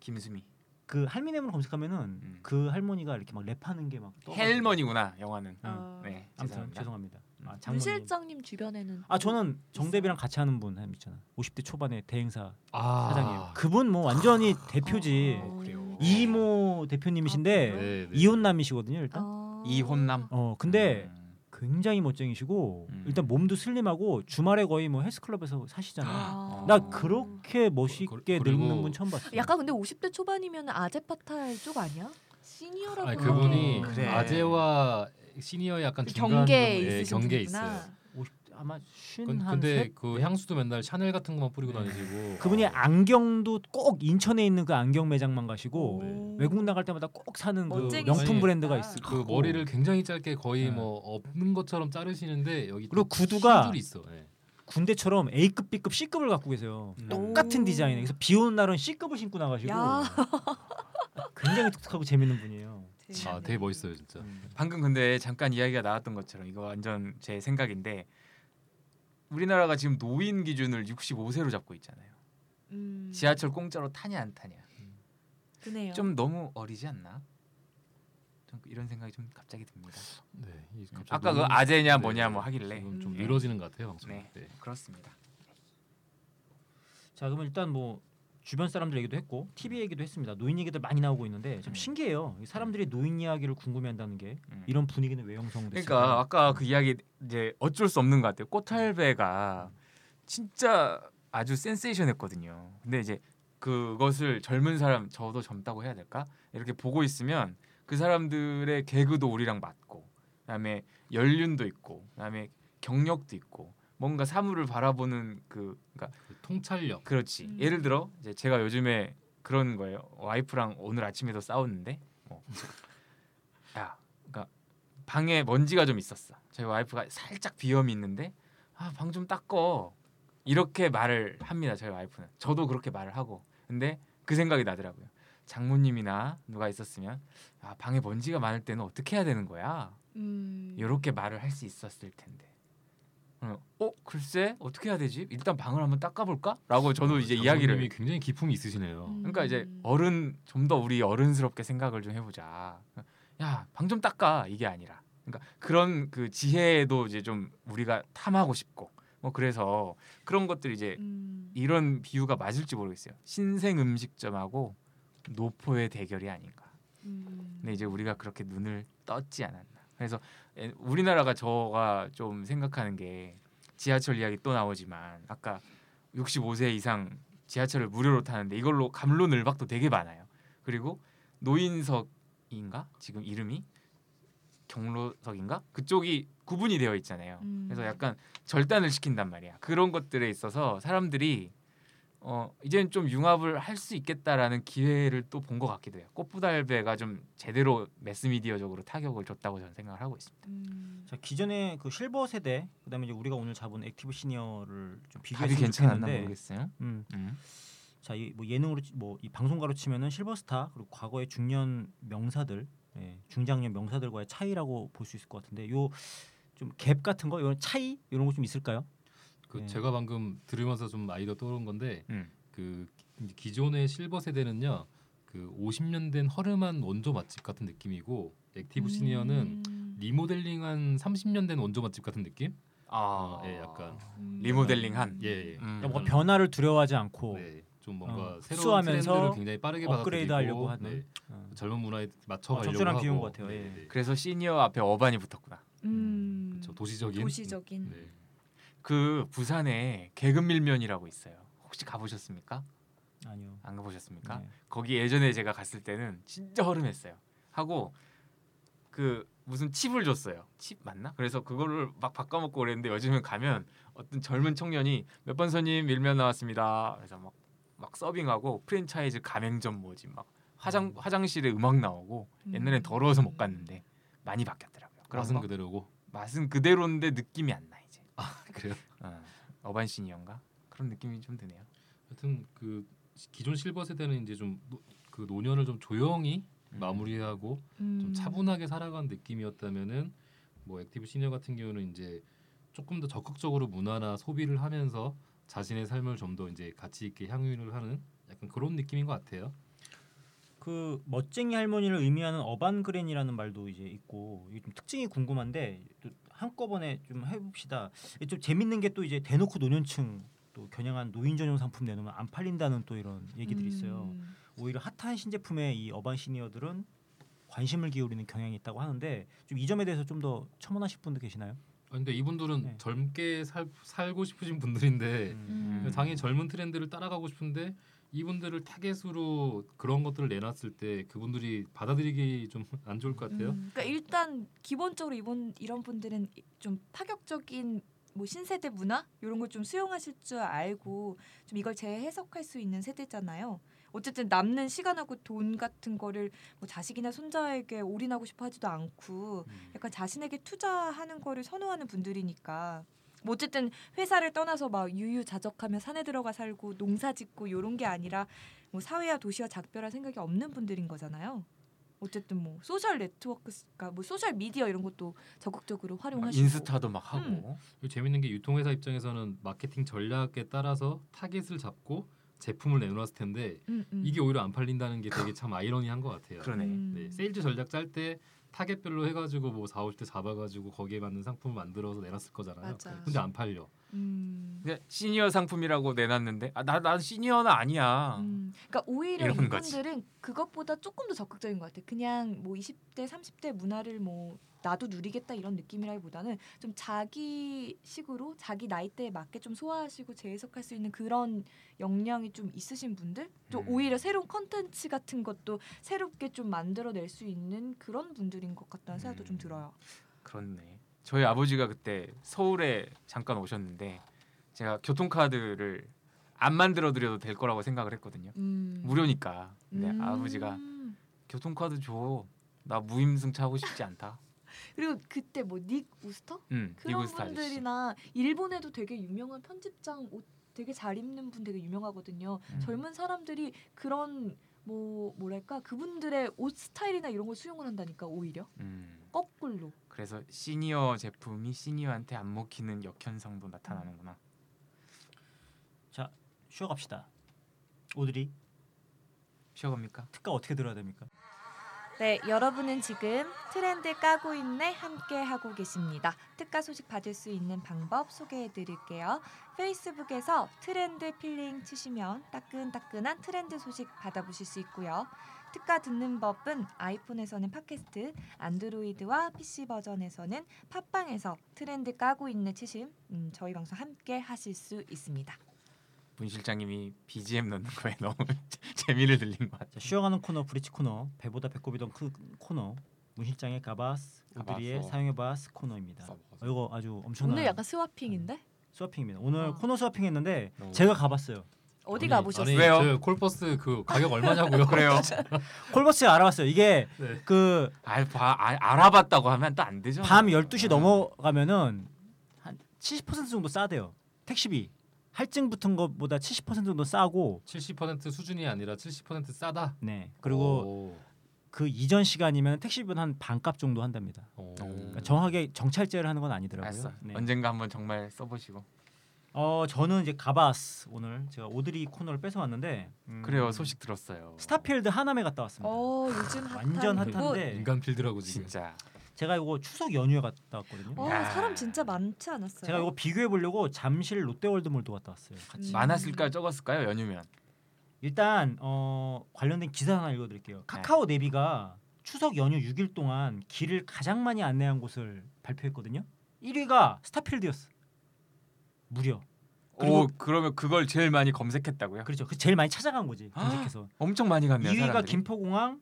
Speaker 4: 김수미
Speaker 3: 그 할미넴을 검색하면은
Speaker 4: 음.
Speaker 3: 그 할머니가 이렇게 막 랩하는 게막
Speaker 4: 헬머니구나 영화는.
Speaker 1: 어.
Speaker 4: 네,
Speaker 3: 아, 아무튼
Speaker 4: 죄송합니다.
Speaker 3: 죄송합니다.
Speaker 5: 음.
Speaker 3: 아,
Speaker 1: 윤
Speaker 3: 장모님.
Speaker 1: 실장님 주변에는
Speaker 3: 아 저는 정대비랑 같이 하는 분 한 분 있잖아. 50대 초반에 대행사
Speaker 5: 아,
Speaker 3: 사장이에요. 그분 뭐 완전히 대표지.
Speaker 1: 어.
Speaker 4: 그래요.
Speaker 3: 이모
Speaker 1: 아,
Speaker 3: 대표님이신데
Speaker 1: 그래요?
Speaker 5: 네, 네.
Speaker 3: 이혼남이시거든요 일단.
Speaker 1: 아.
Speaker 4: 이혼남.
Speaker 3: 어 근데
Speaker 4: 음.
Speaker 3: 굉장히 멋쟁이시고
Speaker 4: 음.
Speaker 3: 일단 몸도 슬림하고 주말에 거의 뭐 헬스클럽에서 사시잖아.
Speaker 1: 아.
Speaker 3: 나 그렇게
Speaker 5: 그-
Speaker 3: 멋있게
Speaker 5: 그리고-
Speaker 3: 늙는 분 처음 봤어.
Speaker 1: 약간 근데 50대 초반이면 아제파탈 쪽 아니야? 시니어라고.
Speaker 5: 아니,
Speaker 1: 하기엔.
Speaker 5: 그분이
Speaker 4: 그래.
Speaker 5: 아재와 시니어의 약간
Speaker 3: 그
Speaker 5: 중간
Speaker 1: 그 경계에
Speaker 5: 정도- 예,
Speaker 1: 있으신
Speaker 5: 경계에
Speaker 1: 분이구나.
Speaker 5: 있어요.
Speaker 3: 50 아마
Speaker 5: 근-
Speaker 3: 쉰한
Speaker 5: 근데
Speaker 3: 셋. 네.
Speaker 5: 그 향수도 맨날 샤넬 같은 것만 뿌리고 다니시고
Speaker 3: 그분이
Speaker 5: 아,
Speaker 3: 안경도 꼭 인천에 있는 그 안경 매장만 가시고
Speaker 1: 오.
Speaker 3: 외국 나갈 때마다 꼭 사는 그
Speaker 1: 멋쟁이시다. 아.
Speaker 3: 명품 브랜드가 있어.
Speaker 5: 그 머리를 굉장히 짧게
Speaker 3: 네.
Speaker 5: 거의 뭐 없는 것처럼 자르시는데 여기
Speaker 3: 그리고
Speaker 5: 또
Speaker 3: 구두가
Speaker 5: 흰줄이 있어. 예.
Speaker 3: 군대처럼 A급, B급, C급을 갖고 계세요. 똑같은 디자인에 그래서 비 오는 날은 C급을 신고 나가시고
Speaker 1: 야.
Speaker 3: *laughs* 굉장히 독특하고 재밌는 분이에요.
Speaker 5: 아 되게 멋있어요 진짜.
Speaker 3: 음.
Speaker 4: 방금 근데 잠깐 이야기가 나왔던 것처럼 이거 완전 제 생각인데 우리나라가 지금 노인 기준을 65세로 잡고 있잖아요.
Speaker 1: 음,
Speaker 4: 지하철 공짜로 타냐 안 타냐.
Speaker 1: 그네요.
Speaker 4: 좀 너무 어리지 않나? 좀 이런 생각이 좀 갑자기 듭니다.
Speaker 5: 네, 이 갑자기
Speaker 4: 아까 그
Speaker 5: 너무-
Speaker 4: 아재냐
Speaker 5: 네,
Speaker 4: 뭐냐 뭐 하길래
Speaker 5: 지금 좀
Speaker 1: 음.
Speaker 5: 늘어지는 것 같아요 방송.
Speaker 4: 네.
Speaker 5: 네.
Speaker 4: 그렇습니다.
Speaker 3: 자 그러면 일단 뭐 주변 사람들 얘기도 했고 TV 얘기도 했습니다. 노인 얘기들 많이 나오고 있는데 참
Speaker 4: 음.
Speaker 3: 신기해요. 이 사람들이 노인 이야기를 궁금해한다는 게
Speaker 4: 음.
Speaker 3: 이런 분위기는 왜 형성됐을까?
Speaker 4: 그러니까 아까 그 이야기 이제 어쩔 수 없는 것 같아요. 꽃할배가 진짜 아주 센세이션했거든요. 근데 이제 그것을 젊은 사람 저도 젊다고 해야 될까 이렇게 보고 있으면 그 사람들의 개그도 우리랑 맞고 그다음에 연륜도 있고 그다음에 경력도 있고 뭔가 사물을 바라보는 그 그러니까
Speaker 5: 그 통찰력.
Speaker 4: 그렇지
Speaker 1: 음.
Speaker 4: 예를 들어 이제 제가 요즘에 그런 거예요 와이프랑 오늘 아침에도 싸웠는데 뭐. 야 그러니까 방에 먼지가 좀 있었어 저희 와이프가 살짝 비염이 있는데 아 방 좀 닦어 이렇게 말을 합니다 저희 와이프는 저도 그렇게 말을 하고 근데 그 생각이 나더라고요 장모님이나 누가 있었으면 아 방에 먼지가 많을 때는 어떻게 해야 되는 거야
Speaker 1: 음.
Speaker 4: 이렇게 말을 할 수 있었을 텐데. 어, 어 글쎄 어떻게 해야 되지? 일단 방을 한번 닦아볼까?라고 저도 이제
Speaker 5: 장모님이
Speaker 4: 이야기를.
Speaker 5: 그 굉장히 기품이 있으시네요.
Speaker 1: 음.
Speaker 4: 그러니까 이제 어른 좀 더 우리 어른스럽게 생각을 좀 해보자. 야 방 좀 닦아 이게 아니라. 그러니까 그런 그 지혜도 이제 좀 우리가 탐하고 싶고 뭐 그래서 그런 것들이 이제
Speaker 1: 음.
Speaker 4: 이런 비유가 맞을지 모르겠어요. 신생 음식점하고 노포의 대결이 아닌가.
Speaker 1: 음.
Speaker 4: 근데 이제 우리가 그렇게 눈을 떴지 않았나. 그래서 에, 우리나라가 저가 좀 생각하는 게 지하철 이야기 또 나오지만 아까 65세 이상 지하철을 무료로 타는데 이걸로 감론을박도 되게 많아요. 그리고 노인석인가 지금 이름이 경로석인가 그쪽이 구분이 되어 있잖아요.
Speaker 1: 음.
Speaker 4: 그래서 약간 절단을 시킨단 말이야. 그런 것들에 있어서 사람들이 어 이제는 좀 융합을 할 수 있겠다라는 기회를 또 본 것 같기도 해요. 꽃부달배가 좀 제대로 매스미디어적으로 타격을 줬다고 저는 생각을 하고 있습니다.
Speaker 1: 음.
Speaker 3: 자 기존의 그 실버 세대 그다음에 이제 우리가 오늘 잡은 액티브 시니어를 좀
Speaker 4: 답이
Speaker 3: 비교했으면
Speaker 4: 괜찮았나
Speaker 3: 좋겠는데
Speaker 4: 모르겠어요.
Speaker 3: 음,
Speaker 4: 음.
Speaker 3: 자, 이 뭐 예능으로 뭐 이 방송가로 치면은 실버스타 그리고 과거의 중년 명사들 예. 중장년 명사들과의 차이라고 볼 수 있을 것 같은데 요 좀 갭 같은 거 이런 차이 이런 거 좀 있을까요?
Speaker 5: 그
Speaker 3: 네.
Speaker 5: 제가 방금 들으면서 좀 아이디어 떠오른 건데
Speaker 4: 음.
Speaker 5: 그 이제 기존의 실버 세대는요 그 50년 된 허름한 원조 맛집 같은 느낌이고 액티브 시니어는
Speaker 1: 음.
Speaker 5: 리모델링한 30년 된 원조 맛집 같은 느낌?
Speaker 4: 아,
Speaker 5: 예, 약간.
Speaker 1: 음.
Speaker 4: 리모델링한.
Speaker 5: 예. 예.
Speaker 4: 음.
Speaker 3: 그러니까 뭔가 변화를 두려워하지 않고
Speaker 5: 네, 좀 뭔가
Speaker 3: 어,
Speaker 5: 새로운
Speaker 3: 흡수하면서
Speaker 5: 트렌드를 굉장히 빠르게
Speaker 3: 업그레이드 하려고
Speaker 5: 받아들이고,
Speaker 3: 하는.
Speaker 5: 네,
Speaker 3: 어.
Speaker 5: 젊은 문화에 맞춰가려고
Speaker 3: 어, 적절한
Speaker 5: 하고
Speaker 3: 비유인 것 같아요.
Speaker 5: 네,
Speaker 3: 예.
Speaker 5: 네.
Speaker 4: 그래서 시니어 앞에 어반이 붙었구나.
Speaker 1: 음.
Speaker 5: 그렇죠. 도시적인
Speaker 1: 도시적인.
Speaker 5: 네.
Speaker 4: 그 부산에 개근밀면이라고 있어요. 혹시 가보셨습니까?
Speaker 3: 아니요.
Speaker 4: 안 가보셨습니까?
Speaker 3: 네.
Speaker 4: 거기 예전에 제가 갔을 때는 진짜 허름했어요. 하고 그 무슨 칩을 줬어요. 칩 맞나? 그래서 그거를 막 바꿔먹고 그랬는데 요즘은 가면 어떤 젊은 청년이 몇 번 손님 밀면 나왔습니다. 그래서 막, 막 서빙하고 프랜차이즈 가맹점 모집 막 화장 화장실에 음악 나오고 옛날엔 더러워서 못 갔는데 많이 바뀌었더라고요. 그런
Speaker 5: 맛은
Speaker 4: 거
Speaker 5: 그대로고
Speaker 4: 맛은 그대로인데 느낌이 안 나 이제.
Speaker 5: 아, 그래요.
Speaker 4: 어, 어반 시니어인가 그런 느낌이 좀 드네요.
Speaker 5: 하여튼 그 시- 기존 실버 세대는 이제 좀 그 노년을 좀 조용히
Speaker 4: 음.
Speaker 5: 마무리하고
Speaker 1: 음.
Speaker 5: 좀 차분하게 살아간 느낌이었다면은 뭐 액티브 시니어 같은 경우는 이제 조금 더 적극적으로 문화나 소비를 하면서 자신의 삶을 좀 더 이제 가치 있게 향유를 하는 약간 그런 느낌인 것 같아요.
Speaker 3: 그 멋쟁이 할머니를 의미하는 어반그랜이라는 말도 이제 있고 이게 좀 특징이 궁금한데 또 한꺼번에 좀 해봅시다. 이게 좀 재밌는 게 또 이제 대놓고 노년층 또 겨냥한 노인 전용 상품 내놓으면 안 팔린다는 또 이런 얘기들이 있어요.
Speaker 1: 음.
Speaker 3: 오히려 핫한 신제품에 이 어반 시니어들은 관심을 기울이는 경향이 있다고 하는데 좀 이 점에 대해서 좀 더 첨언하실 분도 계시나요?
Speaker 5: 아, 근데 이분들은
Speaker 3: 네.
Speaker 5: 젊게 살, 살고 싶으신 분들인데
Speaker 1: 음.
Speaker 5: 당연히 젊은 트렌드를 따라가고 싶은데 이분들을 타겟으로 그런 것들을 내놨을 때 그분들이 받아들이기 좀 안 좋을 것 같아요.
Speaker 1: 그러니까 일단 기본적으로 이번 이런 분들은 좀 파격적인 뭐 신세대 문화 이런 걸 좀 수용하실 줄 알고 좀 이걸 재해석할 수 있는 세대잖아요. 어쨌든 남는 시간하고 돈 같은 거를 뭐 자식이나 손자에게 올인하고 싶어 하지도 않고
Speaker 5: 음.
Speaker 1: 약간 자신에게 투자하는 거를 선호하는 분들이니까 뭐 어쨌든 회사를 떠나서 막 유유자적하며 산에 들어가 살고 농사 짓고 요런 게 아니라 뭐 사회와 도시와 작별할 생각이 없는 분들인 거잖아요. 어쨌든 뭐 소셜 네트워크가 뭐 소셜 미디어 이런 것도 적극적으로 활용하시고
Speaker 4: 아, 인스타도 막
Speaker 1: 음.
Speaker 4: 하고
Speaker 5: 그리고 재밌는 게 유통회사 입장에서는 마케팅 전략에 따라서 타겟을 잡고 제품을 내놓았을 텐데
Speaker 1: 음, 음.
Speaker 5: 이게 오히려 안 팔린다는 게 되게 참 아이러니한 것 같아요.
Speaker 4: 그러네.
Speaker 1: 음.
Speaker 5: 네, 세일즈 전략 짤 때 타겟별로 해가지고 뭐 4, 50대 잡아가지고 거기에 맞는 상품을 만들어서 내놨을 거잖아요.
Speaker 1: 맞아.
Speaker 5: 근데 안 팔려.
Speaker 1: 음.
Speaker 4: 근데 시니어 상품이라고 내놨는데 아나난 시니어는 아니야.
Speaker 1: 음, 그러니까 오히려
Speaker 4: 이런 거지.
Speaker 1: 이분들은 그것보다 조금 더 적극적인 것 같아. 요 그냥 뭐 20대, 30대 문화를 뭐 나도 누리겠다 이런 느낌이라기보다는 좀 자기 식으로 자기 나이대에 맞게 좀 소화하시고 재해석할 수 있는 그런 역량이 좀 있으신 분들, 또
Speaker 4: 음.
Speaker 1: 오히려 새로운 컨텐츠 같은 것도 새롭게 좀 만들어낼 수 있는 그런 분들인 것 같다는 생각도 좀
Speaker 4: 음.
Speaker 1: 들어요.
Speaker 4: 그렇네. 저희 아버지가 그때 서울에 잠깐 오셨는데 제가 교통카드를 안 만들어 드려도 될 거라고 생각을 했거든요.
Speaker 1: 음.
Speaker 4: 무료니까. 근데
Speaker 1: 음.
Speaker 4: 네, 아버지가 교통카드 줘. 나 무임승차 하고 싶지 않다.
Speaker 1: 그리고 그때 뭐 닉 우스터
Speaker 4: 응.
Speaker 1: 그런
Speaker 4: 이구스타 아저씨.
Speaker 1: 분들이나 일본에도 되게 유명한 편집장 옷 되게 잘 입는 분 되게 유명하거든요.
Speaker 4: 음.
Speaker 1: 젊은 사람들이 그런 뭐 뭐랄까 그분들의 옷 스타일이나 이런 걸 수용을 한다니까 오히려
Speaker 4: 음.
Speaker 1: 거꾸로.
Speaker 4: 그래서 시니어 제품이 시니어한테 안 먹히는 역현상도 나타나는구나.
Speaker 3: 쉬어갑시다. 오드리
Speaker 4: 쉬어갑니까?
Speaker 3: 특가 어떻게 들어야 됩니까?
Speaker 1: 네, 여러분은 지금 트렌드 까고 있네 함께 하고 계십니다. 특가 소식 받을 수 있는 방법 소개해 드릴게요. 페이스북에서 트렌드 필링 치시면 따끈따끈한 트렌드 소식 받아보실 수 있고요. 특가 듣는 법은 아이폰에서는 팟캐스트, 안드로이드와 PC 버전에서는 팟빵에서 트렌드 까고 있네 치심 음, 저희 방송 함께 하실 수 있습니다.
Speaker 4: 문 실장님이 BGM 넣는 거에 *laughs* 너무 재미를 들린 것
Speaker 3: 자,
Speaker 4: 같아요.
Speaker 3: 쉬어가는 코너 브릿지 코너 배보다 배꼽이던 그 코너 문실장의 가바스 오드리의
Speaker 4: 가바스.
Speaker 3: 사용해바스 코너입니다.
Speaker 4: 써먹어서.
Speaker 3: 어, 이거 아주 엄청난
Speaker 1: 스와핑인데
Speaker 3: 음. 스와핑입니다. 오늘
Speaker 1: 어.
Speaker 3: 코너 스와핑했는데
Speaker 4: 아. 어.
Speaker 3: 제가 가봤어요.
Speaker 1: 어디
Speaker 5: 아니,
Speaker 1: 가보셨어요?
Speaker 5: 아니,
Speaker 4: 왜요?
Speaker 5: 저 콜버스 그 가격 얼마냐고요? *laughs*
Speaker 4: 그래요?
Speaker 3: 콜버스 알아봤어요. 이게
Speaker 5: 네.
Speaker 3: 그
Speaker 4: 알바 아, 알아봤다고 하면 또 안 되죠. 아,
Speaker 3: 밤 12시 넘어가면은 한 70% 정도 싸대요. 택시비. 할증 붙은 것보다 70% 정도 싸고
Speaker 5: 70% 수준이 아니라 70% 싸다.
Speaker 3: 네. 그리고
Speaker 5: 오.
Speaker 3: 그 이전 시간이면 택시비는 한 반값 정도 한답니다.
Speaker 5: 어.
Speaker 3: 그러니까 정확하게 정찰제를 하는 건 아니더라고요.
Speaker 4: 음. 알았어.
Speaker 3: 네.
Speaker 4: 언젠가 한번 정말 써보시고.
Speaker 3: 어 저는 이제 가봤어 오늘 제가 오드리 코너를 뺏어왔는데 음,
Speaker 4: 그래요 소식 들었어요.
Speaker 3: 스타필드 하남에 갔다 왔습니다.
Speaker 1: 어 요즘 핫한
Speaker 3: 완전
Speaker 1: 이곳.
Speaker 4: 네.
Speaker 3: 핫한데
Speaker 5: 인간 필드라고 지금.
Speaker 4: 진짜.
Speaker 3: 제가 이거 추석 연휴에 갔다 왔거든요.
Speaker 1: 어
Speaker 4: 야.
Speaker 1: 사람 진짜 많지 않았어요?
Speaker 3: 제가 이거 비교해 보려고 잠실 롯데월드몰도 갔다 왔어요. 같이.
Speaker 1: 음.
Speaker 4: 많았을까요? 적었을까요? 연휴면.
Speaker 3: 일단 어, 관련된 기사 하나
Speaker 4: 네.
Speaker 3: 읽어드릴게요. 카카오 네비가 추석 연휴 6일 동안 길을 가장 많이 안내한 곳을 발표했거든요. 1위가 스타필드였어. 무려. 그리고-
Speaker 4: 오 그러면 그걸 제일 많이 검색했다고요?
Speaker 3: 그렇죠. 그 제일 많이 찾아간 거지 검색해서.
Speaker 4: 엄청 많이 갔네요.
Speaker 3: 2위가
Speaker 4: 사람들이.
Speaker 3: 김포공항,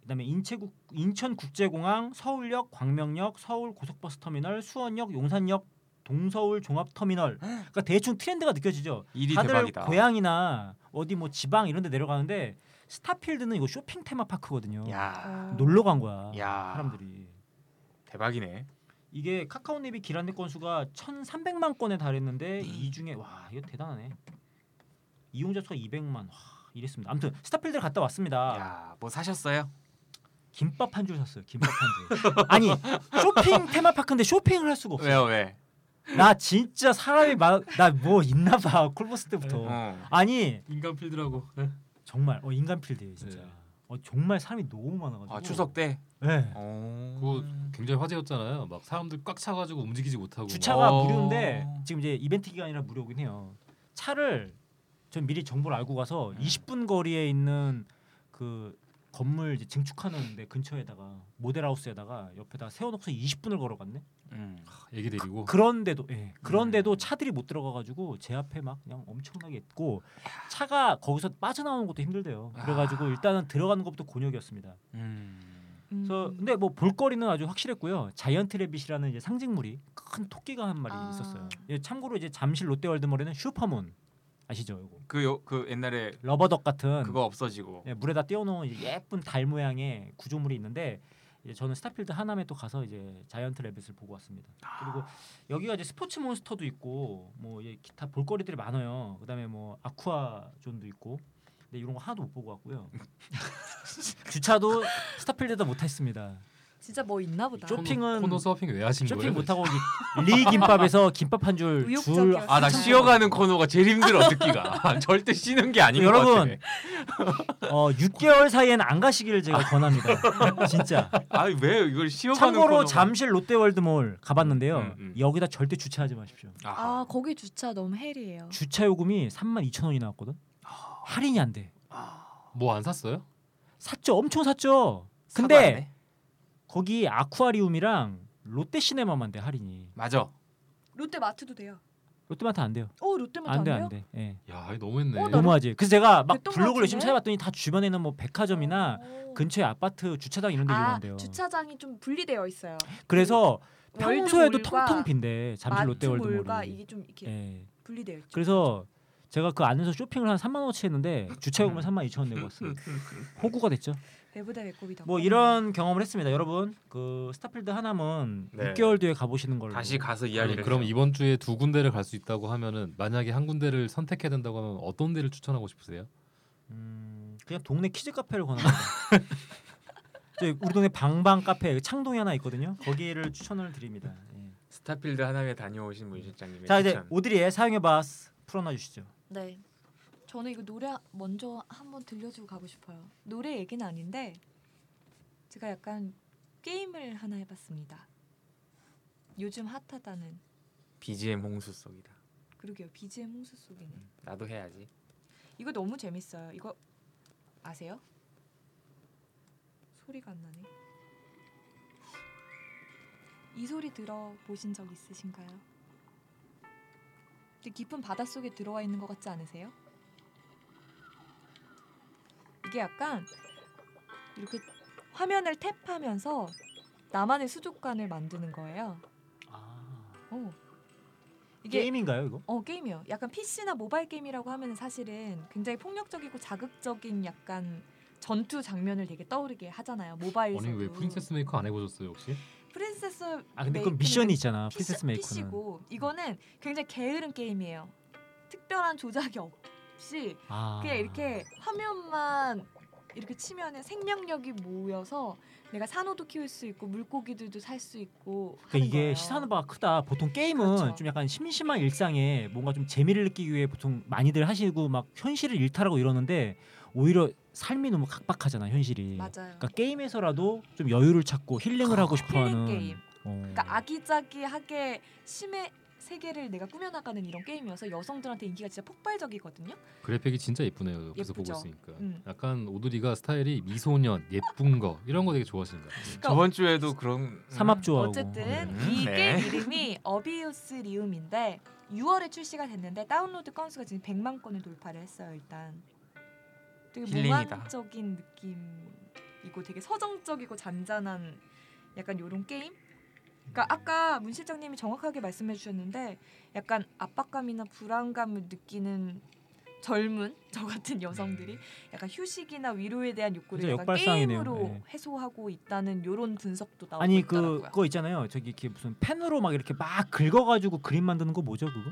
Speaker 3: 그다음에 인체국, 인천국제공항, 서울역, 광명역, 서울 고속버스터미널, 수원역, 용산역, 동서울
Speaker 4: *gasps*
Speaker 3: 종합터미널. 그러니까 대충 트렌드가 느껴지죠.
Speaker 4: 일이
Speaker 3: 다들
Speaker 4: 대박이다.
Speaker 3: 고향이나 어디 뭐 지방 이런 데 내려가는데 스타필드는 이거 쇼핑 테마파크거든요.
Speaker 4: 야,
Speaker 1: 어.
Speaker 3: 놀러 간 거야.
Speaker 4: 야.
Speaker 3: 사람들이.
Speaker 4: 대박이네.
Speaker 3: 이게 카카오 앱이 길 안내 건수가 1,300만 건에 달했는데
Speaker 4: 음.
Speaker 3: 이 중에 와, 이거 대단하네. 이용자 수가 200만. 와, 이랬습니다. 아무튼 스타필드를 갔다 왔습니다.
Speaker 4: 야, 뭐 사셨어요?
Speaker 3: 김밥 한 줄 샀어요. 김밥 한 줄. *laughs* 아니 쇼핑 테마파크인데 쇼핑을 할 수가 없어.
Speaker 4: 왜요, 왜? 네.
Speaker 3: 나 진짜 사람이 많나뭐 있나봐 콜보스 때부터.
Speaker 4: 어.
Speaker 3: 아니
Speaker 5: 인간 필드라고. 네.
Speaker 3: 정말 어 인간 필드예요 진짜.
Speaker 5: 네.
Speaker 3: 어 정말 사람이 너무 많아가지고.
Speaker 4: 아, 추석 때.
Speaker 3: 음. 네.
Speaker 4: 어.
Speaker 5: 그거 굉장히 화제였잖아요. 막 사람들 꽉 차가지고 움직이지 못하고.
Speaker 3: 주차가
Speaker 4: 어.
Speaker 3: 무료인데 지금 이제 이벤트 기간이라 무료긴 해요. 차를 전 미리 정보를 알고 가서
Speaker 4: 네.
Speaker 3: 20분 거리에 있는 그 건물 이제 증축하는 데 근처에다가 모델하우스에다가 옆에다 세워놓고서 20분을 걸어갔네.
Speaker 4: 음.
Speaker 5: 막 애기 데리고.
Speaker 3: 그런데도 예. 그런데도
Speaker 4: 음.
Speaker 3: 차들이 못 들어가가지고 제 앞에 막 그냥 엄청나게 있고 차가 거기서 빠져나오는 것도 힘들대요. 그래가지고 일단은 들어가는 것부터 곤욕이었습니다.
Speaker 4: 음.
Speaker 1: 음.
Speaker 3: 그래서 근데 뭐 볼거리는 아주 확실했고요. 자이언트 레빗이라는 이제 상징물이 큰 토끼가 한 마리
Speaker 1: 아.
Speaker 3: 있었어요. 예, 참고로 이제 잠실 롯데월드몰에는 슈퍼문 아시죠? 이거
Speaker 4: 그, 요, 그 옛날에
Speaker 3: 러버덕 같은
Speaker 4: 그거 없어지고.
Speaker 3: 예, 물에다 띄워놓은 이제 예쁜 달 모양의 구조물이 있는데 이제 저는 스타필드 하남에 또 가서 이제 자이언트 레빗을 보고 왔습니다. 그리고 여기가 이제 스포츠 몬스터도 있고 뭐 이제 기타 볼거리들이 많아요. 그다음에 뭐 아쿠아존도 있고 근데 이런 거 하나도 못 보고 왔고요. 주차도 스타필드에다 못했습니다.
Speaker 1: 진짜 뭐 있나 보다.
Speaker 3: 좀- 쇼핑은-
Speaker 5: 코너 서핑 왜 하신
Speaker 3: 쇼핑
Speaker 5: 거예요?
Speaker 3: 못 하고 리 김밥에서 김밥 한 줄 줄.
Speaker 1: 의욕적이었어요.
Speaker 4: 아, 나 쉬어가는 코너가 제일 힘들어
Speaker 3: *laughs*
Speaker 4: 듣기가. 아, 절대 쉬는 게 아닌 것
Speaker 3: 여러분.
Speaker 4: 같아.
Speaker 3: 어 6개월 사이엔 안 가시기를 제가 권합니다. 진짜.
Speaker 4: 아왜 이걸 쉬어가는
Speaker 3: 참고로
Speaker 4: 코너가-
Speaker 3: 잠실 롯데월드몰 가봤는데요.
Speaker 4: 음, 음.
Speaker 3: 여기다 절대 주차하지 마십시오.
Speaker 4: 아하.
Speaker 1: 아 거기 주차 너무 헬이에요.
Speaker 3: 주차 요금이 3만 2천 원이 나왔거든.
Speaker 4: 아.
Speaker 3: 할인이 안 돼.
Speaker 5: 뭐안 샀어요?
Speaker 3: 샀죠. 엄청 샀죠.
Speaker 4: 사도 안
Speaker 3: 근데
Speaker 4: 해?
Speaker 3: 거기 아쿠아리움이랑 롯데시네마만 돼 할인이.
Speaker 4: 맞아.
Speaker 1: 롯데마트도 돼요.
Speaker 3: 롯데마트 안 돼요.
Speaker 1: 어 롯데마트
Speaker 3: 안
Speaker 1: 안
Speaker 3: 돼
Speaker 1: 돼요?
Speaker 3: 안 돼. 예.
Speaker 5: 야, 이거 뭐 너무했네.
Speaker 1: 어, 나는-
Speaker 3: 너무하지. 그래서 제가 막
Speaker 1: 됐던 것
Speaker 3: 블로그를 열심히
Speaker 1: 같은데?
Speaker 3: 찾아봤더니 다 주변에 있는 뭐 백화점이나 그
Speaker 1: 어.
Speaker 3: 근처에 아파트 주차장 이런 데
Speaker 1: 아
Speaker 3: 이용한대요.
Speaker 1: 주차장이 좀 분리되어 있어요.
Speaker 3: 그래서 평소에도
Speaker 1: 월드몰과
Speaker 3: 텅텅 빈데 잠실 롯데월드몰은.
Speaker 1: 마트몰과 이게 좀 이렇게
Speaker 3: 예.
Speaker 1: 분리되어 있죠.
Speaker 3: 그래서 제가 그 안에서 쇼핑을 한 3만 원치 했는데 주차요금을 3만 2천 원 내고 왔어요. 호구가 됐죠.
Speaker 1: 배보다 배꼽이 더.
Speaker 3: 뭐
Speaker 1: 커요.
Speaker 3: 이런 경험을 했습니다. 여러분 그 스타필드 하남은
Speaker 4: 네.
Speaker 3: 6개월 뒤에 가보시는 걸로.
Speaker 4: 다시 가서
Speaker 5: 아니,
Speaker 4: 이야기를.
Speaker 5: 그럼
Speaker 4: 해요.
Speaker 5: 이번 주에 두 군데를 갈 수 있다고 하면은 만약에 한 군데를 선택해야 된다고 하면 어떤 데를 추천하고 싶으세요?
Speaker 3: 음, 그냥 동네 키즈 카페를 권합니다. *laughs* 저희 우리 동네 방방 카페 창동에 하나 있거든요. 거기를 추천을 드립니다. 예.
Speaker 4: 스타필드 하나에 다녀오신 문 실장님의
Speaker 3: 자 이제
Speaker 4: 네, 추천.
Speaker 3: 오드리의 사용해봐 풀어놔 주시죠.
Speaker 1: 네. 저는 이거 노래 먼저 한번 들려주고 가고 싶어요. 노래 얘기는 아닌데 제가 약간 게임을 하나 해봤습니다. 요즘 핫하다는
Speaker 4: BGM 홍수 속이다.
Speaker 1: 그러게요 BGM 홍수 속이네.
Speaker 4: 나도 해야지.
Speaker 1: 이거 너무 재밌어요. 이거 아세요? 소리가 안 나네. 이 소리 들어보신 적 있으신가요? 근데 깊은 바닷속에 들어와 있는 것 같지 않으세요? 이게 약간 이렇게 화면을 탭하면서 나만의 수족관을 만드는 거예요.
Speaker 3: 아.
Speaker 1: 어. 이게
Speaker 3: 게임인가요 이거?
Speaker 1: 어 게임이요. 약간 PC나 모바일 게임이라고 하면 사실은 굉장히 폭력적이고 자극적인 약간 전투 장면을 되게 떠오르게 하잖아요. 모바일에서도.
Speaker 5: 아니 왜 프린세스 메이커 안 해보셨어요 혹시?
Speaker 1: 프린세스
Speaker 3: 아 근데 그건 미션이 있잖아.
Speaker 1: PC,
Speaker 3: 프린세스 메이커는.
Speaker 1: PC고 이거는 굉장히 게으른 게임이에요. 특별한 조작이 없이
Speaker 3: 아.
Speaker 1: 그냥 이렇게 화면만 이렇게 치면은 생명력이 모여서 내가 산호도 키울 수 있고 물고기들도 살 수 있고
Speaker 3: 그러니까
Speaker 1: 하는
Speaker 3: 이게
Speaker 1: 거예요.
Speaker 3: 시사하는 바가 크다. 보통 게임은
Speaker 1: 그렇죠.
Speaker 3: 좀 약간 심심한 일상에 뭔가 좀 재미를 느끼기 위해 보통 많이들 하시고 막 현실을 일탈하고 이러는데 오히려 삶이 너무 각박하잖아 현실이.
Speaker 1: 맞아요. 아,
Speaker 3: 그러니까 게임에서라도 좀 여유를 찾고 힐링을 하고
Speaker 1: 힐링
Speaker 3: 싶어하는.
Speaker 1: 게임.
Speaker 3: 어.
Speaker 1: 그러니까 아기자기하게 심해 세계를 내가 꾸며나가는 이런 게임이어서 여성들한테 인기가 진짜 폭발적이거든요.
Speaker 5: 그래픽이 진짜 예쁘네요. 옆에서 보고
Speaker 1: 예쁘죠.
Speaker 5: 있으니까.
Speaker 1: 음.
Speaker 5: 약간 오드리가 스타일이 미소년, 예쁜 거 이런 거 되게 좋아하시는 것 같아요.
Speaker 4: 저번 주에도 그런
Speaker 3: 삼합
Speaker 1: 음,
Speaker 3: 좋아하고.
Speaker 1: 어쨌든
Speaker 4: 음,
Speaker 1: 이
Speaker 4: 네.
Speaker 1: 게임 이름이 어비우스 리움인데 6월에 출시가 됐는데 다운로드 건수가 지금 100만 건을 돌파를 했어요. 일단 되게
Speaker 4: 힐링이다.
Speaker 1: 몽환적인 느낌이고 되게 서정적이고 잔잔한 약간 요런 게임. 그러니까 아까 문 실장님이 정확하게 말씀해 주셨는데 약간 압박감이나 불안감을 느끼는 젊은 *laughs* 저 같은
Speaker 4: 음.
Speaker 1: 여성들이 약간 휴식이나 위로에 대한 욕구를
Speaker 3: 진짜
Speaker 1: 약간
Speaker 3: 역발상이네요.
Speaker 1: 게임으로
Speaker 3: 네.
Speaker 1: 해소하고 있다는 요런 분석도 나오고
Speaker 3: 아니 그
Speaker 1: 있더라고요.
Speaker 3: 그거 있잖아요. 저기 이렇게 무슨 펜으로 막 이렇게 막 긁어가지고 그림 만드는 거 뭐죠 그거?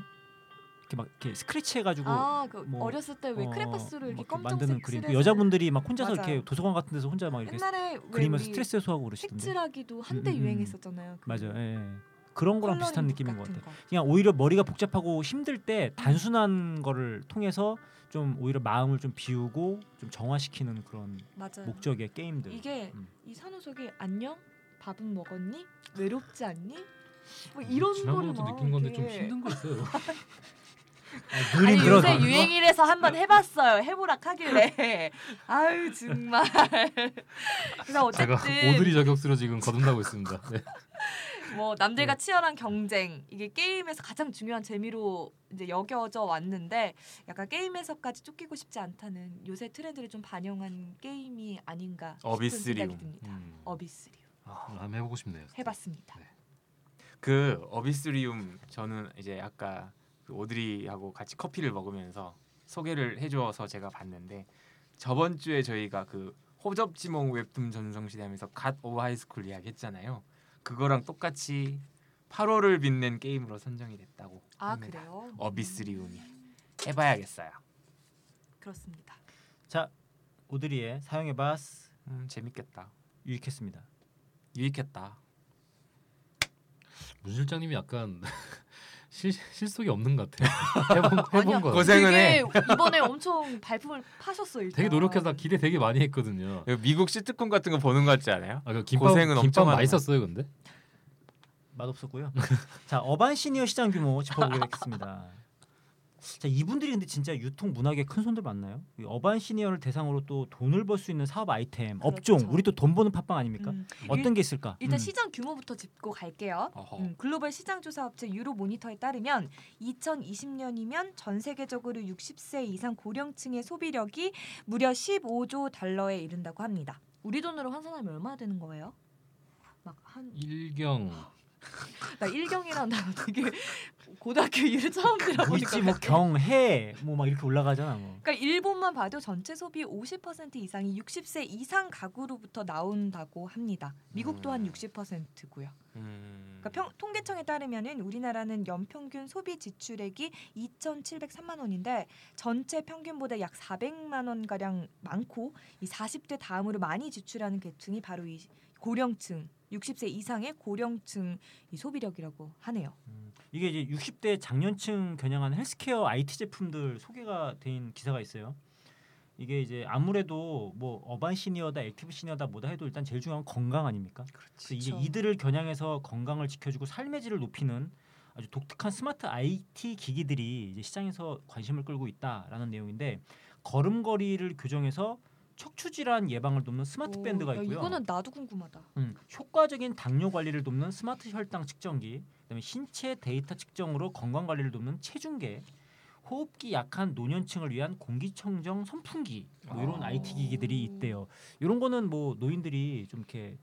Speaker 3: 이렇게 막 이렇게 스크래치 해가지고.
Speaker 1: 아, 그
Speaker 3: 뭐,
Speaker 1: 어렸을 때 왜
Speaker 3: 어,
Speaker 1: 크레파스로
Speaker 3: 막
Speaker 1: 이렇게
Speaker 3: 만드는
Speaker 1: 검정색
Speaker 3: 그림. 그
Speaker 1: 칠해서
Speaker 3: 여자분들이 막 혼자서
Speaker 1: 맞아요.
Speaker 3: 이렇게 도서관 같은 데서 혼자 막 이렇게
Speaker 1: 옛날에
Speaker 3: 그리면
Speaker 1: 왜 네, 우리
Speaker 3: 스트레스 해소하고 그러시던데.
Speaker 1: 색칠하기도 한때
Speaker 3: 음, 음, 음.
Speaker 1: 유행했었잖아요. 그
Speaker 3: 맞아요. 예, 예. 그런 거랑 비슷한
Speaker 1: 컬러링북
Speaker 3: 느낌인 것
Speaker 1: 같은
Speaker 3: 같아요.
Speaker 1: 거.
Speaker 3: 그냥 오히려 머리가 복잡하고 힘들 때 단순한 거를 통해서 좀 오히려 마음을 좀 비우고 좀 정화시키는 그런
Speaker 1: 맞아요.
Speaker 3: 목적의 게임들.
Speaker 1: 네. 이게
Speaker 3: 음. 아.
Speaker 1: 이 산호석이 안녕? 밥은 먹었니? 외롭지 않니? 뭐 이런 거를
Speaker 5: 지난번부터
Speaker 1: 막
Speaker 5: 느낀 건데 좀
Speaker 1: 이렇게-
Speaker 5: 힘든 거 있어요. *laughs*
Speaker 3: 아,
Speaker 1: 아니
Speaker 3: 느린 그런 네.
Speaker 1: 요새
Speaker 3: 거.
Speaker 1: 유행이라서 한번 해봤어요. 해보라 하길래 *laughs* 아유
Speaker 3: *laughs*
Speaker 1: 정말. 그래서
Speaker 5: 제가
Speaker 1: 어쨌든
Speaker 5: 오드리 저격수로 지금 거듭나고 있습니다. 네.
Speaker 1: 뭐 남들과 치열한 경쟁 이게 게임에서 가장 중요한 재미로 이제 여겨져 왔는데 약간 게임에서까지 쫓기고 싶지 않다는 요새 트렌드를 좀 반영한 게임이 아닌가 싶은 생각이
Speaker 4: 어비스리움.
Speaker 1: 듭니다.
Speaker 5: 음,
Speaker 1: 어비스리움
Speaker 5: 한번 해보고 싶네요. 진짜.
Speaker 1: 해봤습니다.
Speaker 5: 네.
Speaker 4: 그 어비스리움 저는 이제 아까 그 오드리하고 같이 커피를 먹으면서 소개를 해줘서 제가 봤는데 저번 주에 저희가 그 호접지몽 웹툰 전성시대 하면서 갓 오하이스쿨 이야기했잖아요. 그거랑 똑같이 8월을 빛낸 게임으로 선정이 됐다고.
Speaker 1: 아
Speaker 4: 합니다.
Speaker 1: 그래요?
Speaker 4: 음. 어비스리움이 해봐야겠어요.
Speaker 1: 음, 그렇습니다.
Speaker 3: 자 오드리의 사용해봤
Speaker 4: 음, 재밌겠다.
Speaker 3: 유익했습니다.
Speaker 4: 유익했다.
Speaker 5: 문 실장님이 약간 *laughs* 실, 실속이 없는 것 같아요.
Speaker 4: *laughs*
Speaker 5: 해본, 해본 거.
Speaker 4: 고생- 고생은 해.
Speaker 1: 되게 *laughs* 이번에 엄청 발품을 파셨어요. 일단.
Speaker 5: 되게 노력해서 기대 되게 많이 했거든요.
Speaker 4: 이거 미국 시트콤 같은 거 보는 거 같지 않아요?
Speaker 5: 아, 그 김밥,
Speaker 4: 고생은 엄청
Speaker 5: 김밥
Speaker 4: 하네요.
Speaker 5: 맛있었어요, 근데?
Speaker 3: 맛없었고요. 자 어반 시니어 시장 규모 짚어보겠습니다. 자 이분들이 근데 진짜 유통 문학의 큰 손들 맞나요? 이 어반 시니어를 대상으로 또 돈을 벌 수 있는 사업 아이템, 업종,
Speaker 1: 그렇죠.
Speaker 3: 우리 또 돈 버는 팟빵 아닙니까?
Speaker 1: 음.
Speaker 3: 어떤 게 있을까?
Speaker 1: 일단
Speaker 3: 음.
Speaker 1: 시장 규모부터 짚고 갈게요.
Speaker 4: 어허.
Speaker 1: 음, 글로벌 시장 조사 업체 유로 모니터에 따르면 2020년이면 전 세계적으로 60세 이상 고령층의 소비력이 무려 15조 달러에 이른다고 합니다. 우리 돈으로 환산하면 얼마나 되는 거예요? 막 한
Speaker 5: 일경
Speaker 1: 나 일경이라는 *laughs* 단어 되게 고등학교 이후로 처음
Speaker 3: 뭐
Speaker 1: 들어보니까
Speaker 3: 있지 뭐 경해 뭐 막 이렇게 올라가잖아 뭐.
Speaker 1: 그러니까 일본만 봐도 전체 소비 50% 이상이 60세 이상 가구로부터 나온다고 합니다. 미국도 한 60%고요.
Speaker 4: 음.
Speaker 1: 그러니까 평- 통계청에 따르면은 우리나라는 연평균 소비 지출액이 2,703만 원인데 전체 평균보다 약 400만 원 가량 많고 이 40대 다음으로 많이 지출하는 계층이 바로 이 고령층 60세 이상의 고령층 이 소비력이라고 하네요.
Speaker 3: 음. 이게 이제 60대 장년층 겨냥한 헬스케어 IT 제품들 소개가 된 기사가 있어요. 이게 이제 아무래도 뭐 어반 시니어다 액티브 시니어다 뭐다 해도 일단 제일 중요한 건 건강 아닙니까? 그래서 이게
Speaker 1: 그쵸.
Speaker 3: 이들을 겨냥해서 건강을 지켜주고 삶의 질을 높이는 아주 독특한 스마트 IT 기기들이 이제 시장에서 관심을 끌고 있다라는 내용인데 걸음걸이를 교정해서 척추 질환 예방을 돕는 스마트
Speaker 1: 오,
Speaker 3: 밴드가
Speaker 1: 야,
Speaker 3: 있고요.
Speaker 1: 이거는 나도 궁금하다.
Speaker 3: 음, 효과적인 당뇨 관리를 돕는 스마트 혈당 측정기, 그다음에 신체 데이터 측정으로 건강 관리를 돕는 체중계, 호흡기 약한 노년층을 위한 공기청정 선풍기 뭐 이런
Speaker 4: 아.
Speaker 3: IT 기기들이 있대요. 이런 거는 뭐 노인들이 좀 이렇게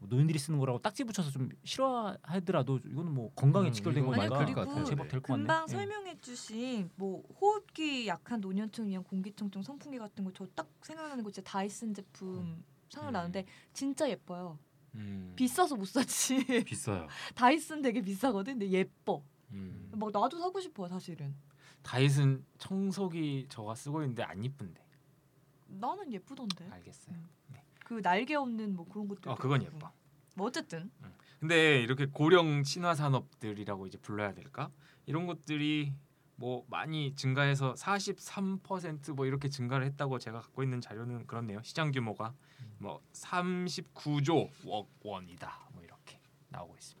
Speaker 3: 뭐 노인들이 쓰는 거라고 딱지 붙여서 좀 싫어하더라도 이거는 뭐 건강에
Speaker 5: 음,
Speaker 3: 직결된
Speaker 5: 이건
Speaker 3: 거니까
Speaker 1: 맞을 것 같아요.
Speaker 3: 제법 될 것 같네.
Speaker 1: 금방
Speaker 3: 예.
Speaker 1: 설명해주신 뭐 호흡기 약한 노년층 위한 공기청정 선풍기 같은 거 저 딱 생각나는 거 진짜 다이슨
Speaker 3: 음.
Speaker 1: 제품 생각나는데 진짜 예뻐요.
Speaker 4: 음.
Speaker 1: 비싸서 못 샀지.
Speaker 5: 비싸요.
Speaker 1: 다이슨 되게 비싸거든. 근데 예뻐.
Speaker 4: 음.
Speaker 1: 막 나도 사고 싶어 사실은.
Speaker 4: 다이슨 청소기 저가 쓰고 있는데 안 이쁜데.
Speaker 1: 나는 예쁘던데.
Speaker 4: 알겠어요.
Speaker 1: 그 날개 없는 뭐 그런 것도.
Speaker 4: 어 아. 그건 예뻐.
Speaker 1: 뭐 어쨌든
Speaker 4: 근데 이렇게 고령 친화 산업들이라고 이제 불러야 될까? 이런 것들이 뭐 많이 증가해서 43%뭐 이렇게 증가를 했다고 제가 갖고 있는 자료는 그렇네요. 시장 규모가
Speaker 3: 음.
Speaker 4: 뭐 39조 억 원이다. 뭐 이렇게 나오고 있습니다.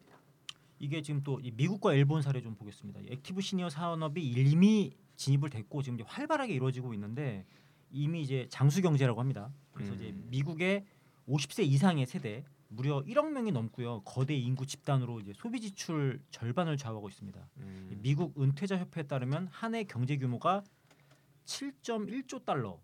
Speaker 3: 이게 지금 또이 미국과 일본 사례 좀 보겠습니다. 이 액티브 시니어 산업이 이미 진입을 됐고 지금 이제 활발하게 이루어지고 있는데 이미 이제 장수 경제라고 합니다. 그래서
Speaker 4: 음.
Speaker 3: 이제 미국의 50세 이상의 세대 무려 1억 명이 넘고요. 거대 인구 집단으로 이제 소비 지출 절반을 좌우하고 있습니다. 이
Speaker 4: 음.
Speaker 3: 미국 은퇴자 협회에 따르면 한 해 경제 규모가 7.1조 달러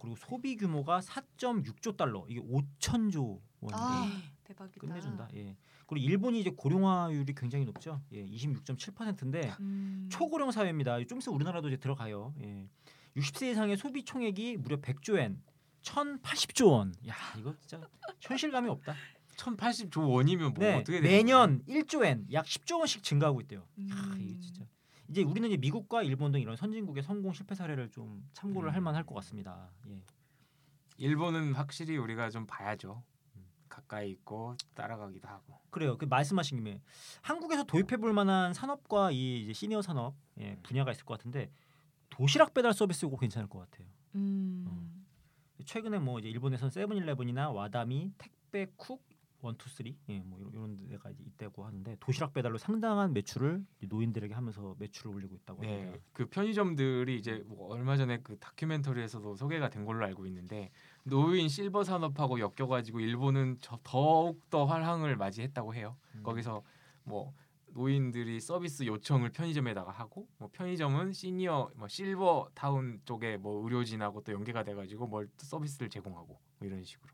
Speaker 3: 그리고 소비 규모가 4.6조 달러 이게 5천조 원인데
Speaker 1: 아 대박이다.
Speaker 3: 끝내준다. 예. 그리고 일본이 이제 고령화율이 굉장히 높죠. 예, 26.7%인데
Speaker 1: 음.
Speaker 3: 초고령 사회입니다. 좀 있으면 우리나라도 이제 들어가요. 예. 60세 이상의 소비 총액이 무려 100조 엔, 1,080조 원. 야, 이거 진짜 현실감이 없다.
Speaker 4: 1080조 원이면 뭐
Speaker 3: 네,
Speaker 4: 어떻게 되는
Speaker 3: 매년 1조 엔, 약 10조 원씩 증가하고 있대요. 야,
Speaker 1: 음.
Speaker 3: 이게 진짜. 이제 우리는 이제 미국과 일본 등 이런 선진국의 성공 실패 사례를 좀 참고를 할
Speaker 4: 음.
Speaker 3: 만할 것 같습니다. 예.
Speaker 4: 일본은 확실히 우리가 좀 봐야죠.
Speaker 3: 음.
Speaker 4: 가까이 있고 따라가기도 하고.
Speaker 3: 그래요. 그 말씀하신 김에 한국에서 도입해 볼 만한 산업과 이 이제 시니어 산업
Speaker 4: 음.
Speaker 3: 예, 분야가 있을 것 같은데 도시락 배달 서비스 이거 괜찮을 것 같아요.
Speaker 4: 어.
Speaker 1: 음.
Speaker 3: 최근에 뭐 이제 일본에선 세븐일레븐이나 와다미, 택배, 쿡, 원투쓰리 예, 뭐 이런, 이런 데가 이제 있다고 하는데 도시락 배달로 상당한 매출을 이제 노인들에게 하면서 매출을 올리고 있다고
Speaker 4: 네,
Speaker 3: 합니다.
Speaker 4: 그 편의점들이 이제 뭐 얼마 전에 그 다큐멘터리에서도 소개가 된 걸로 알고 있는데 노인 실버 산업하고 엮여가지고 일본은 저- 더욱 더 활황을 맞이했다고 해요.
Speaker 3: 음.
Speaker 4: 거기서 뭐 노인들이 서비스 요청을 편의점에다가 하고 뭐 편의점은 시니어 뭐 실버 타운 쪽에 뭐 의료진하고 또 연계가 돼가지고 뭘 또 서비스를 제공하고 뭐 이런 식으로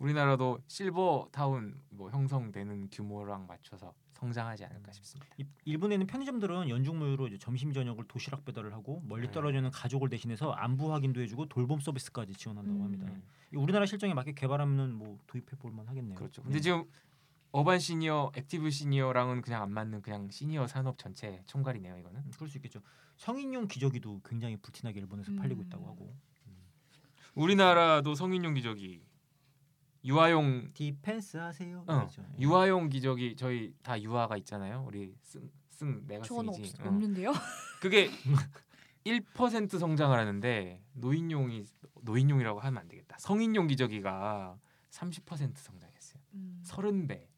Speaker 4: 우리나라도 실버 타운 뭐 형성되는 규모랑 맞춰서 성장하지 않을까 싶습니다.
Speaker 3: 이- 일본에는 편의점들은 연중무휴로 이제 점심 저녁을 도시락 배달을 하고 멀리
Speaker 4: 네.
Speaker 3: 떨어져 있는 가족을 대신해서 안부 확인도 해주고 돌봄 서비스까지 지원한다고
Speaker 1: 음.
Speaker 3: 합니다.
Speaker 4: 음.
Speaker 3: 이 우리나라 실정에 맞게 개발하면 뭐 도입해 볼 만하겠네요.
Speaker 4: 그렇죠. 근데
Speaker 3: 네.
Speaker 4: 지금 어반 시니어, 액티브 시니어랑은 그냥 안 맞는 그냥 시니어 산업 전체 총괄이네요. 이거는
Speaker 3: 음, 그럴 수 있겠죠. 성인용 기저귀도 굉장히 불티나게 일본에서 팔리고
Speaker 1: 음.
Speaker 3: 있다고 하고
Speaker 4: 우리나라도 성인용 기저귀, 유아용
Speaker 3: 디펜스 하세요.
Speaker 4: 어,
Speaker 3: 이거죠. 예.
Speaker 4: 유아용 기저귀 저희 다 유아가 있잖아요. 우리 쓴쓴 내가
Speaker 1: 저는
Speaker 4: 쓰지. 어.
Speaker 1: 없,
Speaker 4: *laughs*
Speaker 1: 없는데요.
Speaker 4: 그게 1% 성장을 하는데 노인용이 노인용이라고 하면 안 되겠다. 성인용 기저귀가 30% 성장했어요.
Speaker 1: 음.
Speaker 4: 30배.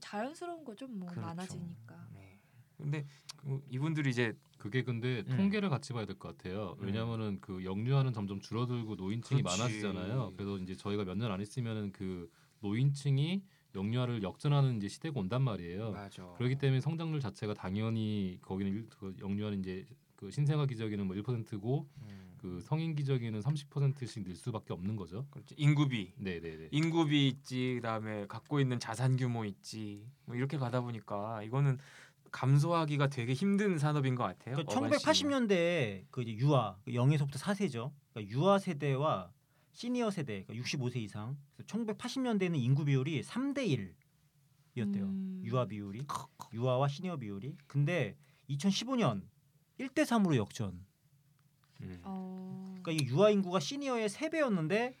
Speaker 1: 자연스러운 거죠. 뭐
Speaker 4: 그렇죠.
Speaker 1: 많아지니까.
Speaker 4: 네. 근데 그 이분들이 이제
Speaker 5: 그게 근데
Speaker 4: 음.
Speaker 5: 통계를 같이 봐야 될 것 같아요.
Speaker 4: 음.
Speaker 5: 왜냐면은 그 영유아는 점점 줄어들고 노인층이
Speaker 4: 그렇지.
Speaker 5: 많아지잖아요. 그래서 이제 저희가 몇 년 안 있으면은 그 노인층이 영유아를 역전하는 이제 시대가 온단
Speaker 3: 어,
Speaker 5: 말이에요.
Speaker 4: 맞아.
Speaker 5: 그렇기 때문에 성장률 자체가 당연히 거기는 일- 그 영유아는 이제 그 신생아 기저귀는 뭐 1%고
Speaker 4: 음,
Speaker 5: 그 성인 기저귀는 30%씩 늘 수밖에 없는 거죠.
Speaker 4: 그렇죠. 인구비
Speaker 5: 네, 네, 네.
Speaker 4: 인구비 있지 그다음에 갖고 있는 자산 규모 있지 뭐 이렇게 가다 보니까 이거는 감소하기가 되게 힘든 산업인 것 같아요.
Speaker 3: 그러니까
Speaker 4: 어반 시니어.
Speaker 3: 1980년대에 그 이제 유아 그 0에서부터 4세죠. 그러니까 유아 세대와 시니어 세대 그러니까 65세 이상. 그래서 1980년대에는 인구 비율이 3대 1이었대요.
Speaker 1: 음.
Speaker 3: 유아 비율이 유아와 시니어 비율이. 근데 2015년 1대 3으로 역전.
Speaker 4: 음.
Speaker 1: 어.
Speaker 3: 그러니까 이 유아 인구가 시니어의 3배였는데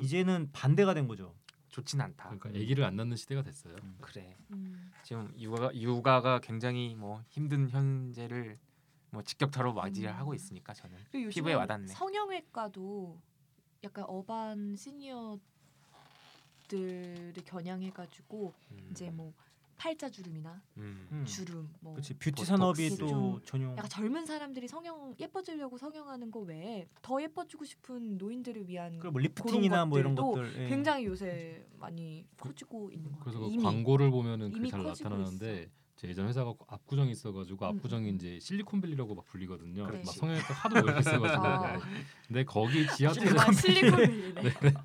Speaker 3: 이제는 반대가 된 거죠.
Speaker 4: 좋진 않다.
Speaker 5: 그러니까 아기를 안 낳는 시대가 됐어요.
Speaker 4: 그래.
Speaker 1: 음.
Speaker 4: 지금 육아가 육아가 굉장히 뭐 힘든 현재를 뭐 직격타로
Speaker 1: 음.
Speaker 4: 맞이하고 있으니까 저는
Speaker 1: 그리고 요즘엔
Speaker 4: 피부에 와닿네.
Speaker 1: 성형외과도 약간 어반 시니어들을 겨냥해가지고
Speaker 4: 음.
Speaker 1: 이제 뭐 팔자 주름이나
Speaker 4: 음.
Speaker 3: 음.
Speaker 1: 주름 뭐
Speaker 3: 그렇지 뷰티
Speaker 4: 보톡스.
Speaker 3: 산업이
Speaker 1: 좀
Speaker 3: 또 전용
Speaker 1: 약간 젊은 사람들이 성형 예뻐지려고 성형하는 거 외에 더 예뻐지고 싶은 노인들을 위한
Speaker 3: 그리고 뭐 리프팅이나 뭐 이런
Speaker 1: 것들도
Speaker 3: 것들 예.
Speaker 1: 굉장히 요새 많이 커지고 있는 것 같아요.
Speaker 5: 네. 그렇죠. 그래서 그
Speaker 1: 이미. *laughs*
Speaker 5: 광고를 보면은 그게
Speaker 1: 이미
Speaker 5: 잘
Speaker 1: 커지고
Speaker 5: 나타나는데 제 예전 회사가 압구정에 있어가지고
Speaker 1: 음.
Speaker 5: 압구정이 이제 실리콘밸리라고 막 불리거든요.
Speaker 1: 그렇지.
Speaker 5: 막 성형외과 하도
Speaker 1: *laughs*
Speaker 5: 멀리 있어가지고.
Speaker 1: 아.
Speaker 5: 근데 거기 지하철
Speaker 1: 정말 실리콘밸리네.
Speaker 5: *laughs*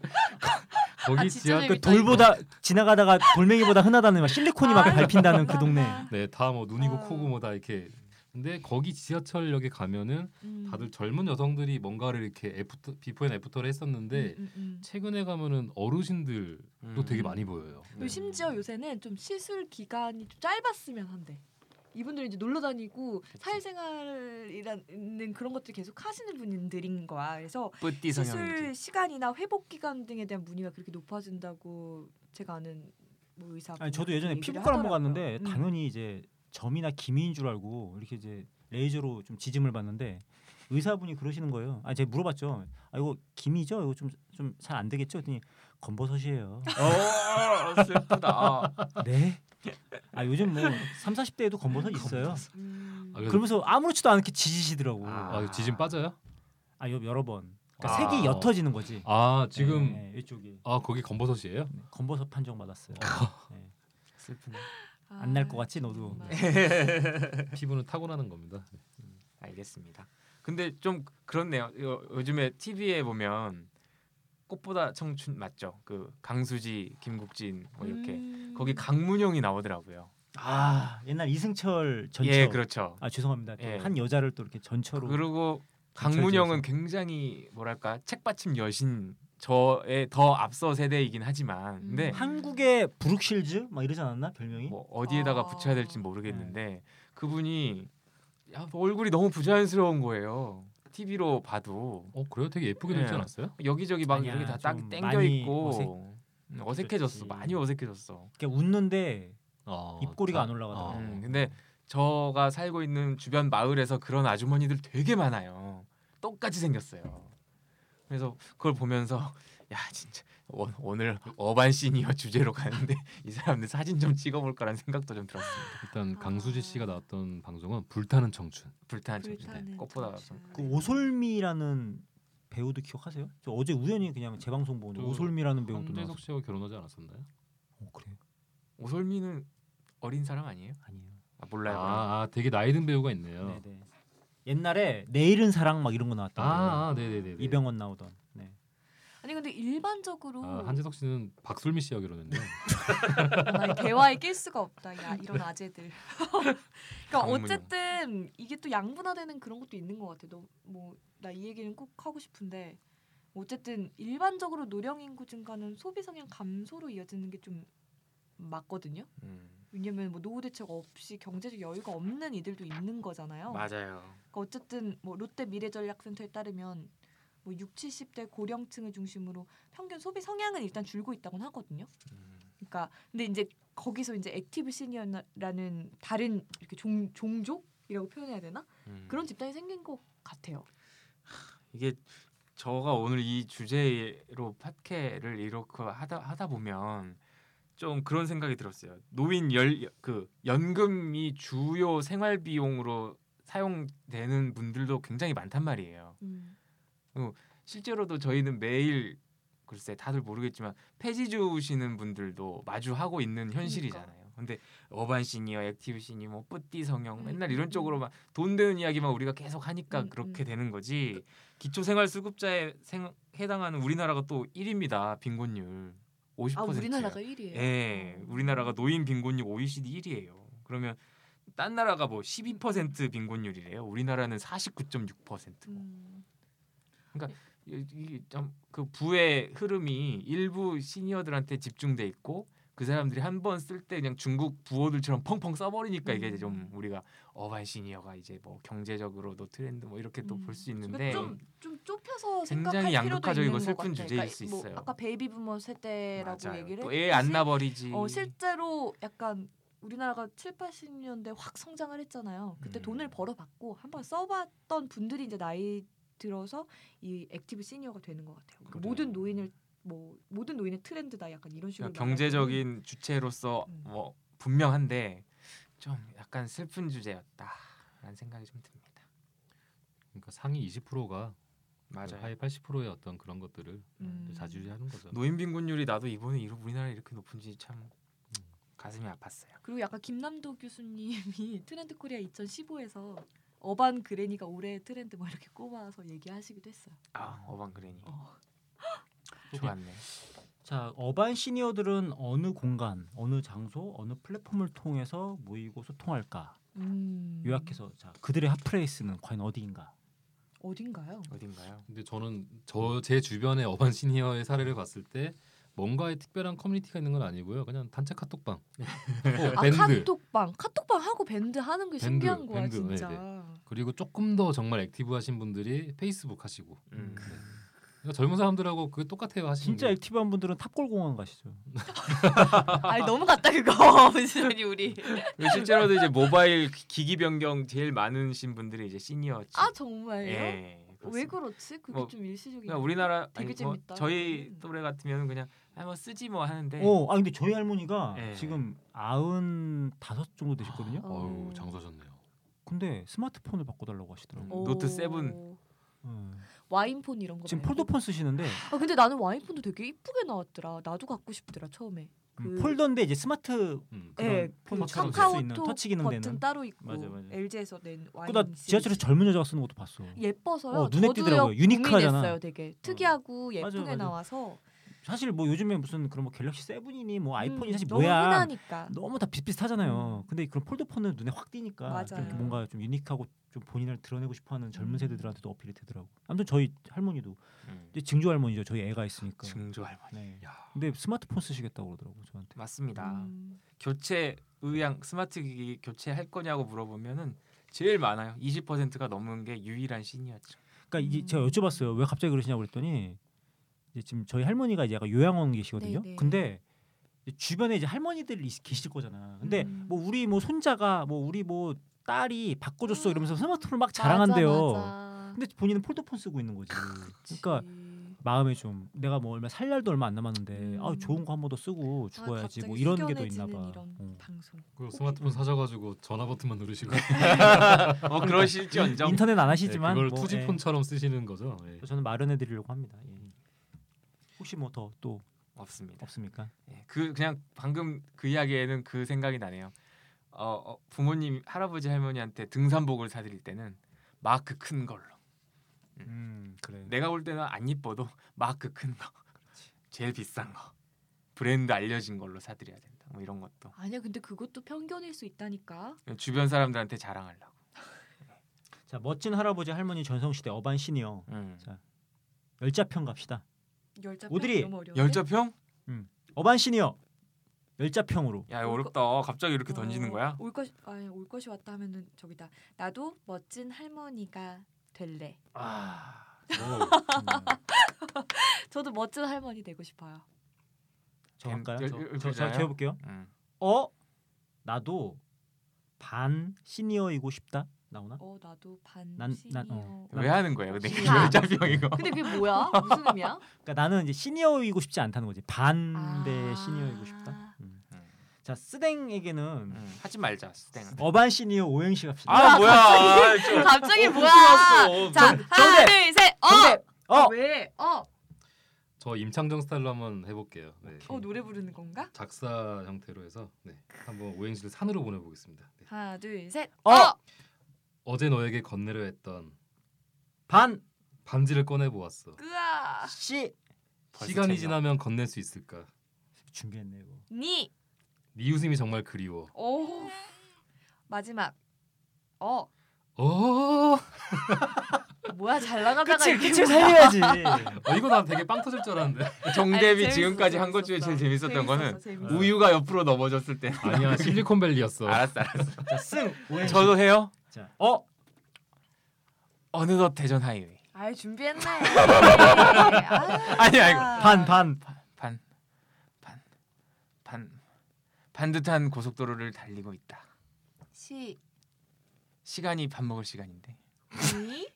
Speaker 5: 거기
Speaker 1: 아, 진짜
Speaker 5: 지하
Speaker 1: 재밌다.
Speaker 5: 끝.
Speaker 3: 그 돌보다 지나가다가 돌멩이보다 흔하다는 막 실리콘이 막
Speaker 1: 아,
Speaker 3: 밟힌다는 그 동네.
Speaker 5: 네다 뭐 눈이고
Speaker 1: 아.
Speaker 5: 코고 뭐다 이렇게. 근데 거기 지하철역에 가면은
Speaker 1: 음.
Speaker 5: 다들 젊은 여성들이 뭔가를 이렇게 애프터 비포 앤 애프터를 했었는데
Speaker 1: 음, 음,
Speaker 5: 최근에 가면은 어르신들도
Speaker 4: 음.
Speaker 5: 되게 많이 보여요.
Speaker 1: 음. 심지어 요새는 좀 시술 기간이 좀 짧았으면 한대. 이분들이 이제 놀러 다니고 사회생활이라는 그런 것들 계속 하시는 분들인 거야. 그래서
Speaker 4: 뿌띠
Speaker 1: *laughs* 시술
Speaker 4: 성형이지.
Speaker 1: 시간이나 회복 기간 등에 대한 문의가 그렇게 높아진다고 제가 아는 뭐 의사.
Speaker 3: 아니 저도 예전에 피부과 한번 갔는데
Speaker 1: 음.
Speaker 3: 당연히 이제 점이나 기미인 줄 알고 이렇게 이제 레이저로 좀 지짐을 봤는데 의사분이 그러시는 거예요. 아 제가 물어봤죠. 아 이거 기미죠? 이거 좀 좀 잘 안 되겠죠? 했더니 검버섯이에요.
Speaker 4: 어 슬프다.
Speaker 3: 네. 아 요즘 뭐 3, 40대에도 검버섯 있어요.
Speaker 1: 음.
Speaker 5: 아, 그래서
Speaker 3: 그러면서 아무렇지도 않게 지지시더라고.
Speaker 4: 아.
Speaker 3: 아,
Speaker 5: 아 지진 빠져요?
Speaker 3: 요 여러 번. 그러니까
Speaker 5: 아.
Speaker 3: 색이 옅어지는 거지.
Speaker 5: 아 지금
Speaker 3: 네, 네, 이쪽이
Speaker 5: 아 거기 검버섯이에요?
Speaker 3: 네, 검버섯 판정 받았어요. 네.
Speaker 4: 슬프네.
Speaker 1: 아.
Speaker 3: 안날것 같지, 너도?
Speaker 1: 정말.
Speaker 5: 피부는 타고나는 겁니다.
Speaker 4: 알겠습니다. 근데 좀 그렇네요. 요, 요즘에 TV에 보면 꽃보다 청춘 맞죠? 그 강수지, 김국진 뭐 이렇게
Speaker 1: 음.
Speaker 4: 거기 강문용이 나오더라고요.
Speaker 3: 아 옛날 이승철 전처.
Speaker 4: 예, 그렇죠.
Speaker 3: 아 죄송합니다. 또
Speaker 4: 예. 그렇죠.
Speaker 3: 한 여자를 또 이렇게 전처로.
Speaker 4: 그리고
Speaker 3: 전철지에서.
Speaker 4: 강문영은 굉장히 뭐랄까 책받침 여신 저의 더 앞서 세대이긴 하지만 근데
Speaker 1: 음.
Speaker 3: 한국의 브룩실즈 막 이러지 않았나 별명이?
Speaker 4: 뭐 어디에다가
Speaker 1: 아.
Speaker 4: 붙여야 될지
Speaker 3: 네.
Speaker 4: 모르겠는데 그분이 야, 얼굴이 너무 부자연스러운 거예요. TV로 봐도
Speaker 5: 어 그래요? 되게 예쁘게 되지
Speaker 4: 네.
Speaker 5: 않았어요?
Speaker 4: 여기저기 막
Speaker 3: 아니야,
Speaker 4: 이렇게 다 딱
Speaker 3: 좀
Speaker 4: 땡겨
Speaker 3: 많이
Speaker 4: 있고
Speaker 3: 어색-
Speaker 4: 음, 어색해졌어.
Speaker 3: 어색해졌지.
Speaker 4: 많이 어색해졌어.
Speaker 3: 그러니까 웃는데
Speaker 5: 아,
Speaker 3: 입꼬리가
Speaker 5: 자-
Speaker 3: 안 네. 올라가더라고.
Speaker 5: 아.
Speaker 4: 음, 근데 저가 살고 있는 주변 마을에서 그런 아주머니들 되게 많아요. 똑같이 생겼어요. 그래서 그걸 보면서 *laughs* 야 진짜 오, 오늘 어반 시니어 주제로 가는데 *laughs* 이 사람들 사진 좀 찍어볼까라는 생각도 좀 들었습니다.
Speaker 5: 일단
Speaker 1: 아.
Speaker 5: 강수지 씨가 나왔던 방송은 불타는 청춘.
Speaker 4: 불타는 청춘.
Speaker 1: 불타는 그렇죠.
Speaker 4: 꽃보다
Speaker 1: 청춘.
Speaker 4: 좀-
Speaker 3: 그 오솔미라는 배우도 기억하세요? 저 어제 우연히 그냥 재방송 보는데
Speaker 5: 그
Speaker 3: 오솔미라는 배우도 나왔어.
Speaker 5: 황재석 씨하고 결혼하지 않았었나요?
Speaker 4: 네,
Speaker 3: 어, 그래요?
Speaker 4: 오솔미는 어린 사람 아니에요?
Speaker 3: 아니에요.
Speaker 4: 아 몰라요.
Speaker 5: 아, 아 되게 나이든 배우가 있네요.
Speaker 3: 네네. 옛날에 내일은 사랑 막 이런 거 나왔던
Speaker 5: 아,
Speaker 3: 아,
Speaker 5: 아 네네네.
Speaker 3: 이병헌 나오던. 네.
Speaker 1: 아니 근데 일반적으로
Speaker 5: 아, 한재석 씨는 박솔미 씨하고 결혼했네요.
Speaker 1: 정말 대화에 낄 수가 없다. 야 이런 아재들. 그러니까
Speaker 4: 강문용.
Speaker 1: 어쨌든 이게 또 양분화되는 그런 것도 있는 것 같아. 너뭐나 이 얘기는 꼭 하고 싶은데 어쨌든 일반적으로 노령 인구 증가는 소비 성향 감소로 이어지는 게 좀 맞거든요.
Speaker 4: 음,
Speaker 1: 왜냐면 뭐 노후 대책 없이 경제적 여유가 없는 이들도 있는 거잖아요.
Speaker 4: 맞아요.
Speaker 1: 그러니까 어쨌든 뭐 롯데 미래전략센터에 따르면 뭐 6, 70대 고령층을 중심으로 평균 소비 성향은 일단 줄고 있다고 하거든요.
Speaker 4: 음.
Speaker 1: 그러니까 근데 이제 거기서 이제 액티브 시니어라는 다른 이렇게 종 종족이라고 표현해야 되나
Speaker 4: 음.
Speaker 1: 그런 집단이 생긴 것 같아요.
Speaker 4: 이게 저가 오늘 이 주제로 팟캐를 이렇게 하다 하다 보면 좀 그런 생각이 들었어요. 노인 열 그 연금이 주요 생활 비용으로 사용되는 분들도 굉장히 많단 말이에요.
Speaker 1: 음.
Speaker 4: 실제로도 저희는 매일 글쎄 다들 모르겠지만 폐지 주우시는 분들도 마주하고 있는
Speaker 1: 그러니까.
Speaker 4: 현실이잖아요. 근데 어반 시니어, 액티브 시니어, 뭐 뿌띠 성형 맨날 이런 쪽으로 막 돈 되는 이야기만 우리가 계속 하니까
Speaker 1: 음,
Speaker 4: 그렇게
Speaker 1: 음.
Speaker 4: 되는 거지. 기초 생활 수급자에 생, 해당하는 우리나라가 또 1위입니다. 빈곤율 50%.
Speaker 1: 아 우리나라가 1위예요. 음.
Speaker 4: 예. 우리나라가 노인 빈곤율 OECD 1위예요. 그러면 딴 나라가 뭐 12% 빈곤율이래요. 우리나라는 49.6%고.
Speaker 1: 음.
Speaker 4: 이좀그 부의 흐름이 일부 시니어들한테 집중돼 있고 그 사람들이 한 번 쓸 때 그냥 중국 부호들처럼 펑펑 써버리니까 이게
Speaker 1: 음.
Speaker 4: 좀 우리가 어반 시니어가 이제 뭐 경제적으로도 트렌드 뭐 이렇게 또
Speaker 1: 음.
Speaker 4: 볼 수 있는데
Speaker 1: 좀좀 좁혀서
Speaker 4: 굉장히
Speaker 1: 생각할 필요도
Speaker 4: 양극화적이고
Speaker 1: 있는 것
Speaker 4: 슬픈
Speaker 1: 같아.
Speaker 4: 주제일 수
Speaker 1: 뭐
Speaker 4: 있어요.
Speaker 1: 아까 베이비 부머 세대라고 얘기를
Speaker 4: 또애 안
Speaker 1: 했듯이
Speaker 4: 나버리지
Speaker 1: 어, 실제로 약간 우리나라가 7, 80년대 확 성장을 했잖아요. 그때
Speaker 4: 음.
Speaker 1: 돈을 벌어봤고 한번 써봤던 분들이 이제 나이 들어서 이 액티브 시니어가 되는 것 같아요. 그러니까
Speaker 4: 그래요.
Speaker 1: 모든 노인을 뭐 모든 노인의 트렌드다 약간 이런 식으로
Speaker 4: 그러니까 경제적인 주체로서
Speaker 1: 음.
Speaker 4: 뭐 분명한데 좀 약간 슬픈 주제였다라는 생각이 좀 듭니다.
Speaker 5: 그러니까 상위 20%가 그
Speaker 4: 맞아요.
Speaker 5: 하위 80%의 어떤 그런 것들을
Speaker 1: 음.
Speaker 5: 자주하는 거죠.
Speaker 4: 노인 빈곤율이 나도 이번에 이렇- 우리나라에 이렇게 높은지 참 음, 가슴이 아팠어요.
Speaker 1: 그리고 약간 김남도 교수님이 *laughs* 트렌드 코리아 2015에서 어반 그레니가 올해의 트렌드 뭐 이렇게 꼽아서 얘기하시기도 했어요.
Speaker 4: 아 어반 그레니
Speaker 1: 어.
Speaker 4: *laughs* 좋았네.
Speaker 3: 자 어반 시니어들은 어느 공간, 어느 장소, 어느 플랫폼을 통해서 모이고 소통할까?
Speaker 1: 음.
Speaker 3: 요약해서 자 그들의 핫플레이스는 과연 어디인가?
Speaker 1: 어딘가요?
Speaker 4: 어딘가요?
Speaker 5: 근데 저는 저 제 주변의 어반 시니어의 사례를 봤을 때 뭔가의 특별한 커뮤니티가 있는 건 아니고요. 그냥 단체 카톡방,
Speaker 7: *laughs* 아
Speaker 5: 어, 밴드
Speaker 7: 카톡방 카톡방 하고 밴드 하는 게
Speaker 5: 밴드,
Speaker 7: 신기한 거야
Speaker 5: 밴드,
Speaker 7: 진짜.
Speaker 5: 그리고 조금 더 정말 액티브하신 분들이 페이스북 하시고.
Speaker 1: 그
Speaker 4: 음.
Speaker 5: 네. 그러니까 젊은 사람들하고 그게 똑같아요 하시는.
Speaker 3: 진짜
Speaker 5: 게.
Speaker 3: 액티브한 분들은 탑골공원 가시죠.
Speaker 7: 아니
Speaker 3: *laughs*
Speaker 7: 너무 갔다 그거 *laughs* 무슨이 우리.
Speaker 4: 실제로도 이제 모바일 기- 기기 변경 제일 많으신 분들이 이제 시니어층.
Speaker 1: 아 정말요?
Speaker 4: 예. 그렇습니다.
Speaker 1: 왜 그렇지? 그게
Speaker 4: 뭐,
Speaker 1: 좀 일시적인.
Speaker 4: 그러니까 우리나라
Speaker 1: 되게
Speaker 4: 아니, 뭐
Speaker 1: 재밌다.
Speaker 4: 저희
Speaker 1: 음.
Speaker 4: 또래 같으면 그냥 아 뭐 쓰지 뭐 하는데
Speaker 3: 어, 아 근데 저희 할머니가
Speaker 4: 예. 아.
Speaker 3: 지금 아흔 다섯 정도 되셨거든요.
Speaker 1: 어.
Speaker 5: 어유 장사셨네요.
Speaker 3: 근데 스마트폰을 바꿔달라고 하시더라고요.
Speaker 4: 음. 노트 세븐.
Speaker 3: 예.
Speaker 1: 어. 와인폰 이런 거.
Speaker 3: 지금
Speaker 1: 말고?
Speaker 3: 폴더폰 쓰시는데
Speaker 1: 어, 네. 아 근데 나는 와인폰도 되게 이쁘게 나왔더라. 나도 갖고 싶더라 처음에.
Speaker 3: 음,
Speaker 1: 그-
Speaker 3: folder인데 이제 스마트
Speaker 5: 음.
Speaker 3: 그런
Speaker 1: 예, 그
Speaker 3: 폰처럼 쓸수 있는
Speaker 1: 카카오톡
Speaker 3: 터치 기능 되는.
Speaker 1: 버튼 따로 있고
Speaker 3: 맞아, 맞아.
Speaker 1: LG에서 낸 와인.
Speaker 3: 그나 지하철에
Speaker 1: 시리즈.
Speaker 3: 젊은 여자가 쓰는 것도 봤어.
Speaker 1: 예뻐서요.
Speaker 3: 어, 눈에 띄더라고요. 유니크하잖아.
Speaker 1: 고민했어요, 되게 특이하고 예쁘게
Speaker 3: 맞아.
Speaker 1: 나와서
Speaker 3: 사실 뭐 요즘에 무슨 그런 뭐 갤럭시 세븐이니 뭐 아이폰이
Speaker 1: 음,
Speaker 3: 사실
Speaker 1: 너무
Speaker 3: 뭐야.
Speaker 1: 흔하니까. 음.
Speaker 3: 너무 다 비슷비슷하잖아요. 근데 그런 폴더폰은 눈에 확 띄니까 좀
Speaker 1: 맞아요.
Speaker 3: 뭔가 좀 유니크하고 좀 본인을 드러내고 싶어하는 젊은
Speaker 1: 음.
Speaker 3: 세대들한테도 어필이 되더라고. 아무튼 저희 할머니도
Speaker 4: 음.
Speaker 3: 이제 증조 할머니죠. 저희 애가 있으니까.
Speaker 4: 증조 할머니.
Speaker 3: 네.
Speaker 5: 야.
Speaker 3: 근데 스마트폰 쓰시겠다고 그러더라고 저한테.
Speaker 4: 맞습니다.
Speaker 1: 음.
Speaker 4: 교체 의향 스마트 기기 교체할 거냐고 물어보면은 제일 많아요. 20%가 넘는 게 유일한 시니어층.
Speaker 3: 그러니까 이게
Speaker 1: 음.
Speaker 3: 제가 여쭤봤어요. 왜 갑자기 그러시냐고 그랬더니 이제 지금 저희 할머니가 이제 약간 요양원 계시거든요.
Speaker 1: 네, 네.
Speaker 3: 근데 이제 주변에 이제 할머니들 이 계실 거잖아. 근데
Speaker 1: 음.
Speaker 3: 뭐 우리 뭐 손자가 뭐 우리 뭐 딸이 바꿔줬어 이러면서 스마트폰을 막 자랑한대요.
Speaker 1: 음. 맞아, 네. 맞아.
Speaker 3: 근데 본인은 폴더폰 쓰고 있는 거지. 그러니까 마음에 좀 내가 뭐 얼마 살 날도 얼마 안 남았는데
Speaker 1: 음.
Speaker 3: 아 좋은 거 한 번 더 쓰고
Speaker 1: 아,
Speaker 3: 죽어야지 뭐
Speaker 1: 갑자기
Speaker 3: 이런 게 더 있나
Speaker 1: 숙연해지는
Speaker 3: 봐.
Speaker 1: 이런
Speaker 3: 어.
Speaker 1: 방송.
Speaker 5: 그리고 스마트폰 사셔가지고 전화 버튼만 누르시고
Speaker 7: 네.
Speaker 4: 어 그러실지언정.
Speaker 3: 인터넷 안
Speaker 5: 네,
Speaker 3: 하시지만
Speaker 5: 그걸
Speaker 3: 뭐,
Speaker 5: 투지폰처럼 쓰시는 거죠. 예.
Speaker 3: 예. 저는 마련해 드리려고 합니다. 예. 혹시 뭐 더 또
Speaker 4: 없습니다.
Speaker 3: 없습니까?
Speaker 4: 예, 그 그냥 방금 그 이야기에는 그 생각이 나네요. 어, 어, 부모님 할아버지 할머니한테 등산복을 사드릴 때는 마크 큰 걸로.
Speaker 3: 음 그래.
Speaker 4: 내가 볼 때는 안 이뻐도 마크 큰 거. 제일 비싼 거. 브랜드 알려진 걸로 사드려야 된다. 뭐 이런 것도
Speaker 1: 아니야, 근데 그것도 편견일 수 있다니까.
Speaker 4: 주변 사람들한테 자랑하려고.
Speaker 3: 자 멋진 할아버지 할머니 전성시대 어반 시니어
Speaker 4: 음.
Speaker 3: 열자평 갑시다.
Speaker 1: 열자
Speaker 3: 오드리,
Speaker 1: 너무 어려운데?
Speaker 4: 열자평?
Speaker 3: 어반 시니어 열자평으로
Speaker 4: 야 이거 어렵다. 갑자기
Speaker 3: 그
Speaker 4: 이렇게 던지는
Speaker 1: 어,
Speaker 4: 거야?
Speaker 1: 올 것이 아니 올 것이 왔다 하면은 저기다. 나도 멋진 할머니가 될래.
Speaker 4: 아,
Speaker 1: 저도 멋진 할머니 되고 싶어요.
Speaker 3: *laughs* 저 할까요?
Speaker 4: 열-
Speaker 3: 저-
Speaker 4: 열-
Speaker 3: 저 제가
Speaker 4: 열자요?
Speaker 3: 재볼게요.
Speaker 4: 음.
Speaker 3: 어 나도 반 시니어이고 싶다 나오나?
Speaker 1: 어 나도 반
Speaker 3: 난-
Speaker 1: 시니어.
Speaker 3: 난- 어.
Speaker 4: 왜 하는 거예요? 근데 이게
Speaker 1: 다.
Speaker 4: 열자평 이거.
Speaker 1: 근데 그게 뭐야? 무슨 의미야?
Speaker 3: 그러니까 나는 이제 시니어이고 싶지 않다는 거지 반대
Speaker 1: 아.
Speaker 3: 시니어이고 싶다. 음. 자 쓰댕에게는
Speaker 4: 음, 하지 말자. 스탱.
Speaker 3: 어반 시니어 오행시 갑시다.
Speaker 4: 아 뭐야? 좀-
Speaker 1: 갑자기
Speaker 4: 어,
Speaker 1: 뭐야?
Speaker 4: 웃겨놨어.
Speaker 1: 자 하나 둘 셋. 어.
Speaker 3: 어!
Speaker 1: 왜? 어.
Speaker 5: 저 임창정 스타일로 한번 해볼게요. 네.
Speaker 1: 어 노래 부르는 건가?
Speaker 5: 작사 형태로 해서 네. 한번 오행시를 산으로 보내보겠습니다. 네.
Speaker 1: 하나 둘 셋.
Speaker 3: 어!
Speaker 5: 어제 너에게 건네려 했던
Speaker 3: 반
Speaker 5: 반지를 꺼내 보았어.
Speaker 1: 그아.
Speaker 3: 시
Speaker 4: 벌써
Speaker 5: 시간이
Speaker 4: 재미없-
Speaker 5: 지나면 건넬 수 있을까?
Speaker 3: 준비했네 이거.
Speaker 1: 니.
Speaker 5: 네 웃음이 정말 그리워.
Speaker 1: 오. 어. 마지막. 어.
Speaker 5: 어, 어
Speaker 1: 뭐야 잘 나가다가 이렇게
Speaker 3: 끝을 아.
Speaker 4: *laughs*
Speaker 3: 살려야지.
Speaker 5: 이거 난 되게 빵 터질 줄 알았는데.
Speaker 4: 정대비
Speaker 1: 아니,
Speaker 4: 지금까지
Speaker 1: 재밌었어,
Speaker 4: 한 것 중에 제일
Speaker 1: 재밌었어.
Speaker 4: 재밌었던 거는
Speaker 1: 재밌었어, 재밌었어.
Speaker 4: 우유가 옆으로 넘어졌을 때.
Speaker 5: *laughs* 아니야 *laughs* 실리콘밸리였어.
Speaker 4: 알았어, 알았어.
Speaker 3: 자승 오행시.
Speaker 4: 저도 해요.
Speaker 3: 자,
Speaker 4: 어 어느덧 대전 하이웨이.
Speaker 1: 아이 준비했네. 아니
Speaker 4: *laughs* 아니, 아이고.
Speaker 3: 반 반.
Speaker 4: 반 반 반 반듯한 고속도로를 달리고 있다.
Speaker 1: 시.
Speaker 4: 시간이 밥 먹을 시간인데.
Speaker 1: 니.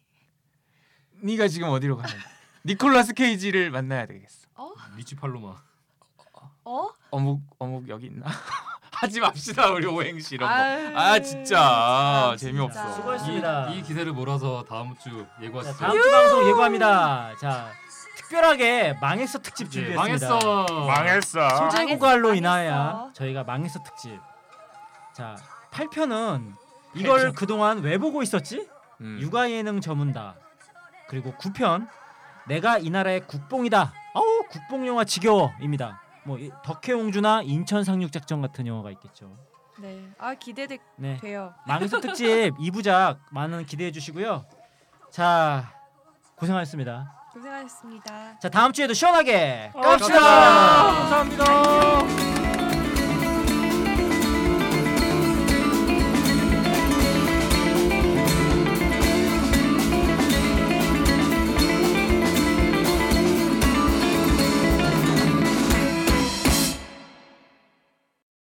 Speaker 4: 네가 지금 어디로 가는?
Speaker 1: *laughs*
Speaker 4: 니콜라스 케이지를 만나야 되겠어.
Speaker 1: 어.
Speaker 5: 리치 팔로마.
Speaker 1: 어.
Speaker 4: 어묵 어묵 여기 있나? *laughs* 하지 맙시다 우리 오행시 이런 거.
Speaker 1: 아유,
Speaker 4: 아 진짜
Speaker 1: 참,
Speaker 4: 재미없어.
Speaker 1: 진짜.
Speaker 3: 수고하셨습니다.
Speaker 5: 이 기세를 몰아서 다음 주
Speaker 3: 자,
Speaker 5: 예고하시죠.
Speaker 3: 다음 주 방송 예고합니다. 자 특별하게 망했어 특집
Speaker 5: 예,
Speaker 3: 준비했습니다.
Speaker 5: 망했어.
Speaker 4: 망했어.
Speaker 3: 소재
Speaker 1: 망했어,
Speaker 3: 고갈로
Speaker 1: 망했어.
Speaker 3: 인하여 저희가 망했어 특집. 자 8편은 이걸
Speaker 4: 팔편.
Speaker 3: 그동안 왜 보고 있었지?
Speaker 4: 음.
Speaker 3: 육아 예능 전문다. 그리고 9편 내가 이 나라의 국뽕이다. 어우 국뽕 영화 지겨워입니다. 뭐 이- 덕혜옹주나 인천 상륙 작전 같은 영화가 있겠죠.
Speaker 1: 네. 아 기대돼요.
Speaker 3: 네. 망해서 특집 2부작 많은 기대해 주시고요. 자 고생하셨습니다.
Speaker 8: 고생하셨습니다.
Speaker 1: 자 다음 주에도 시원하게
Speaker 4: 네. 갑시다. 감사합니다.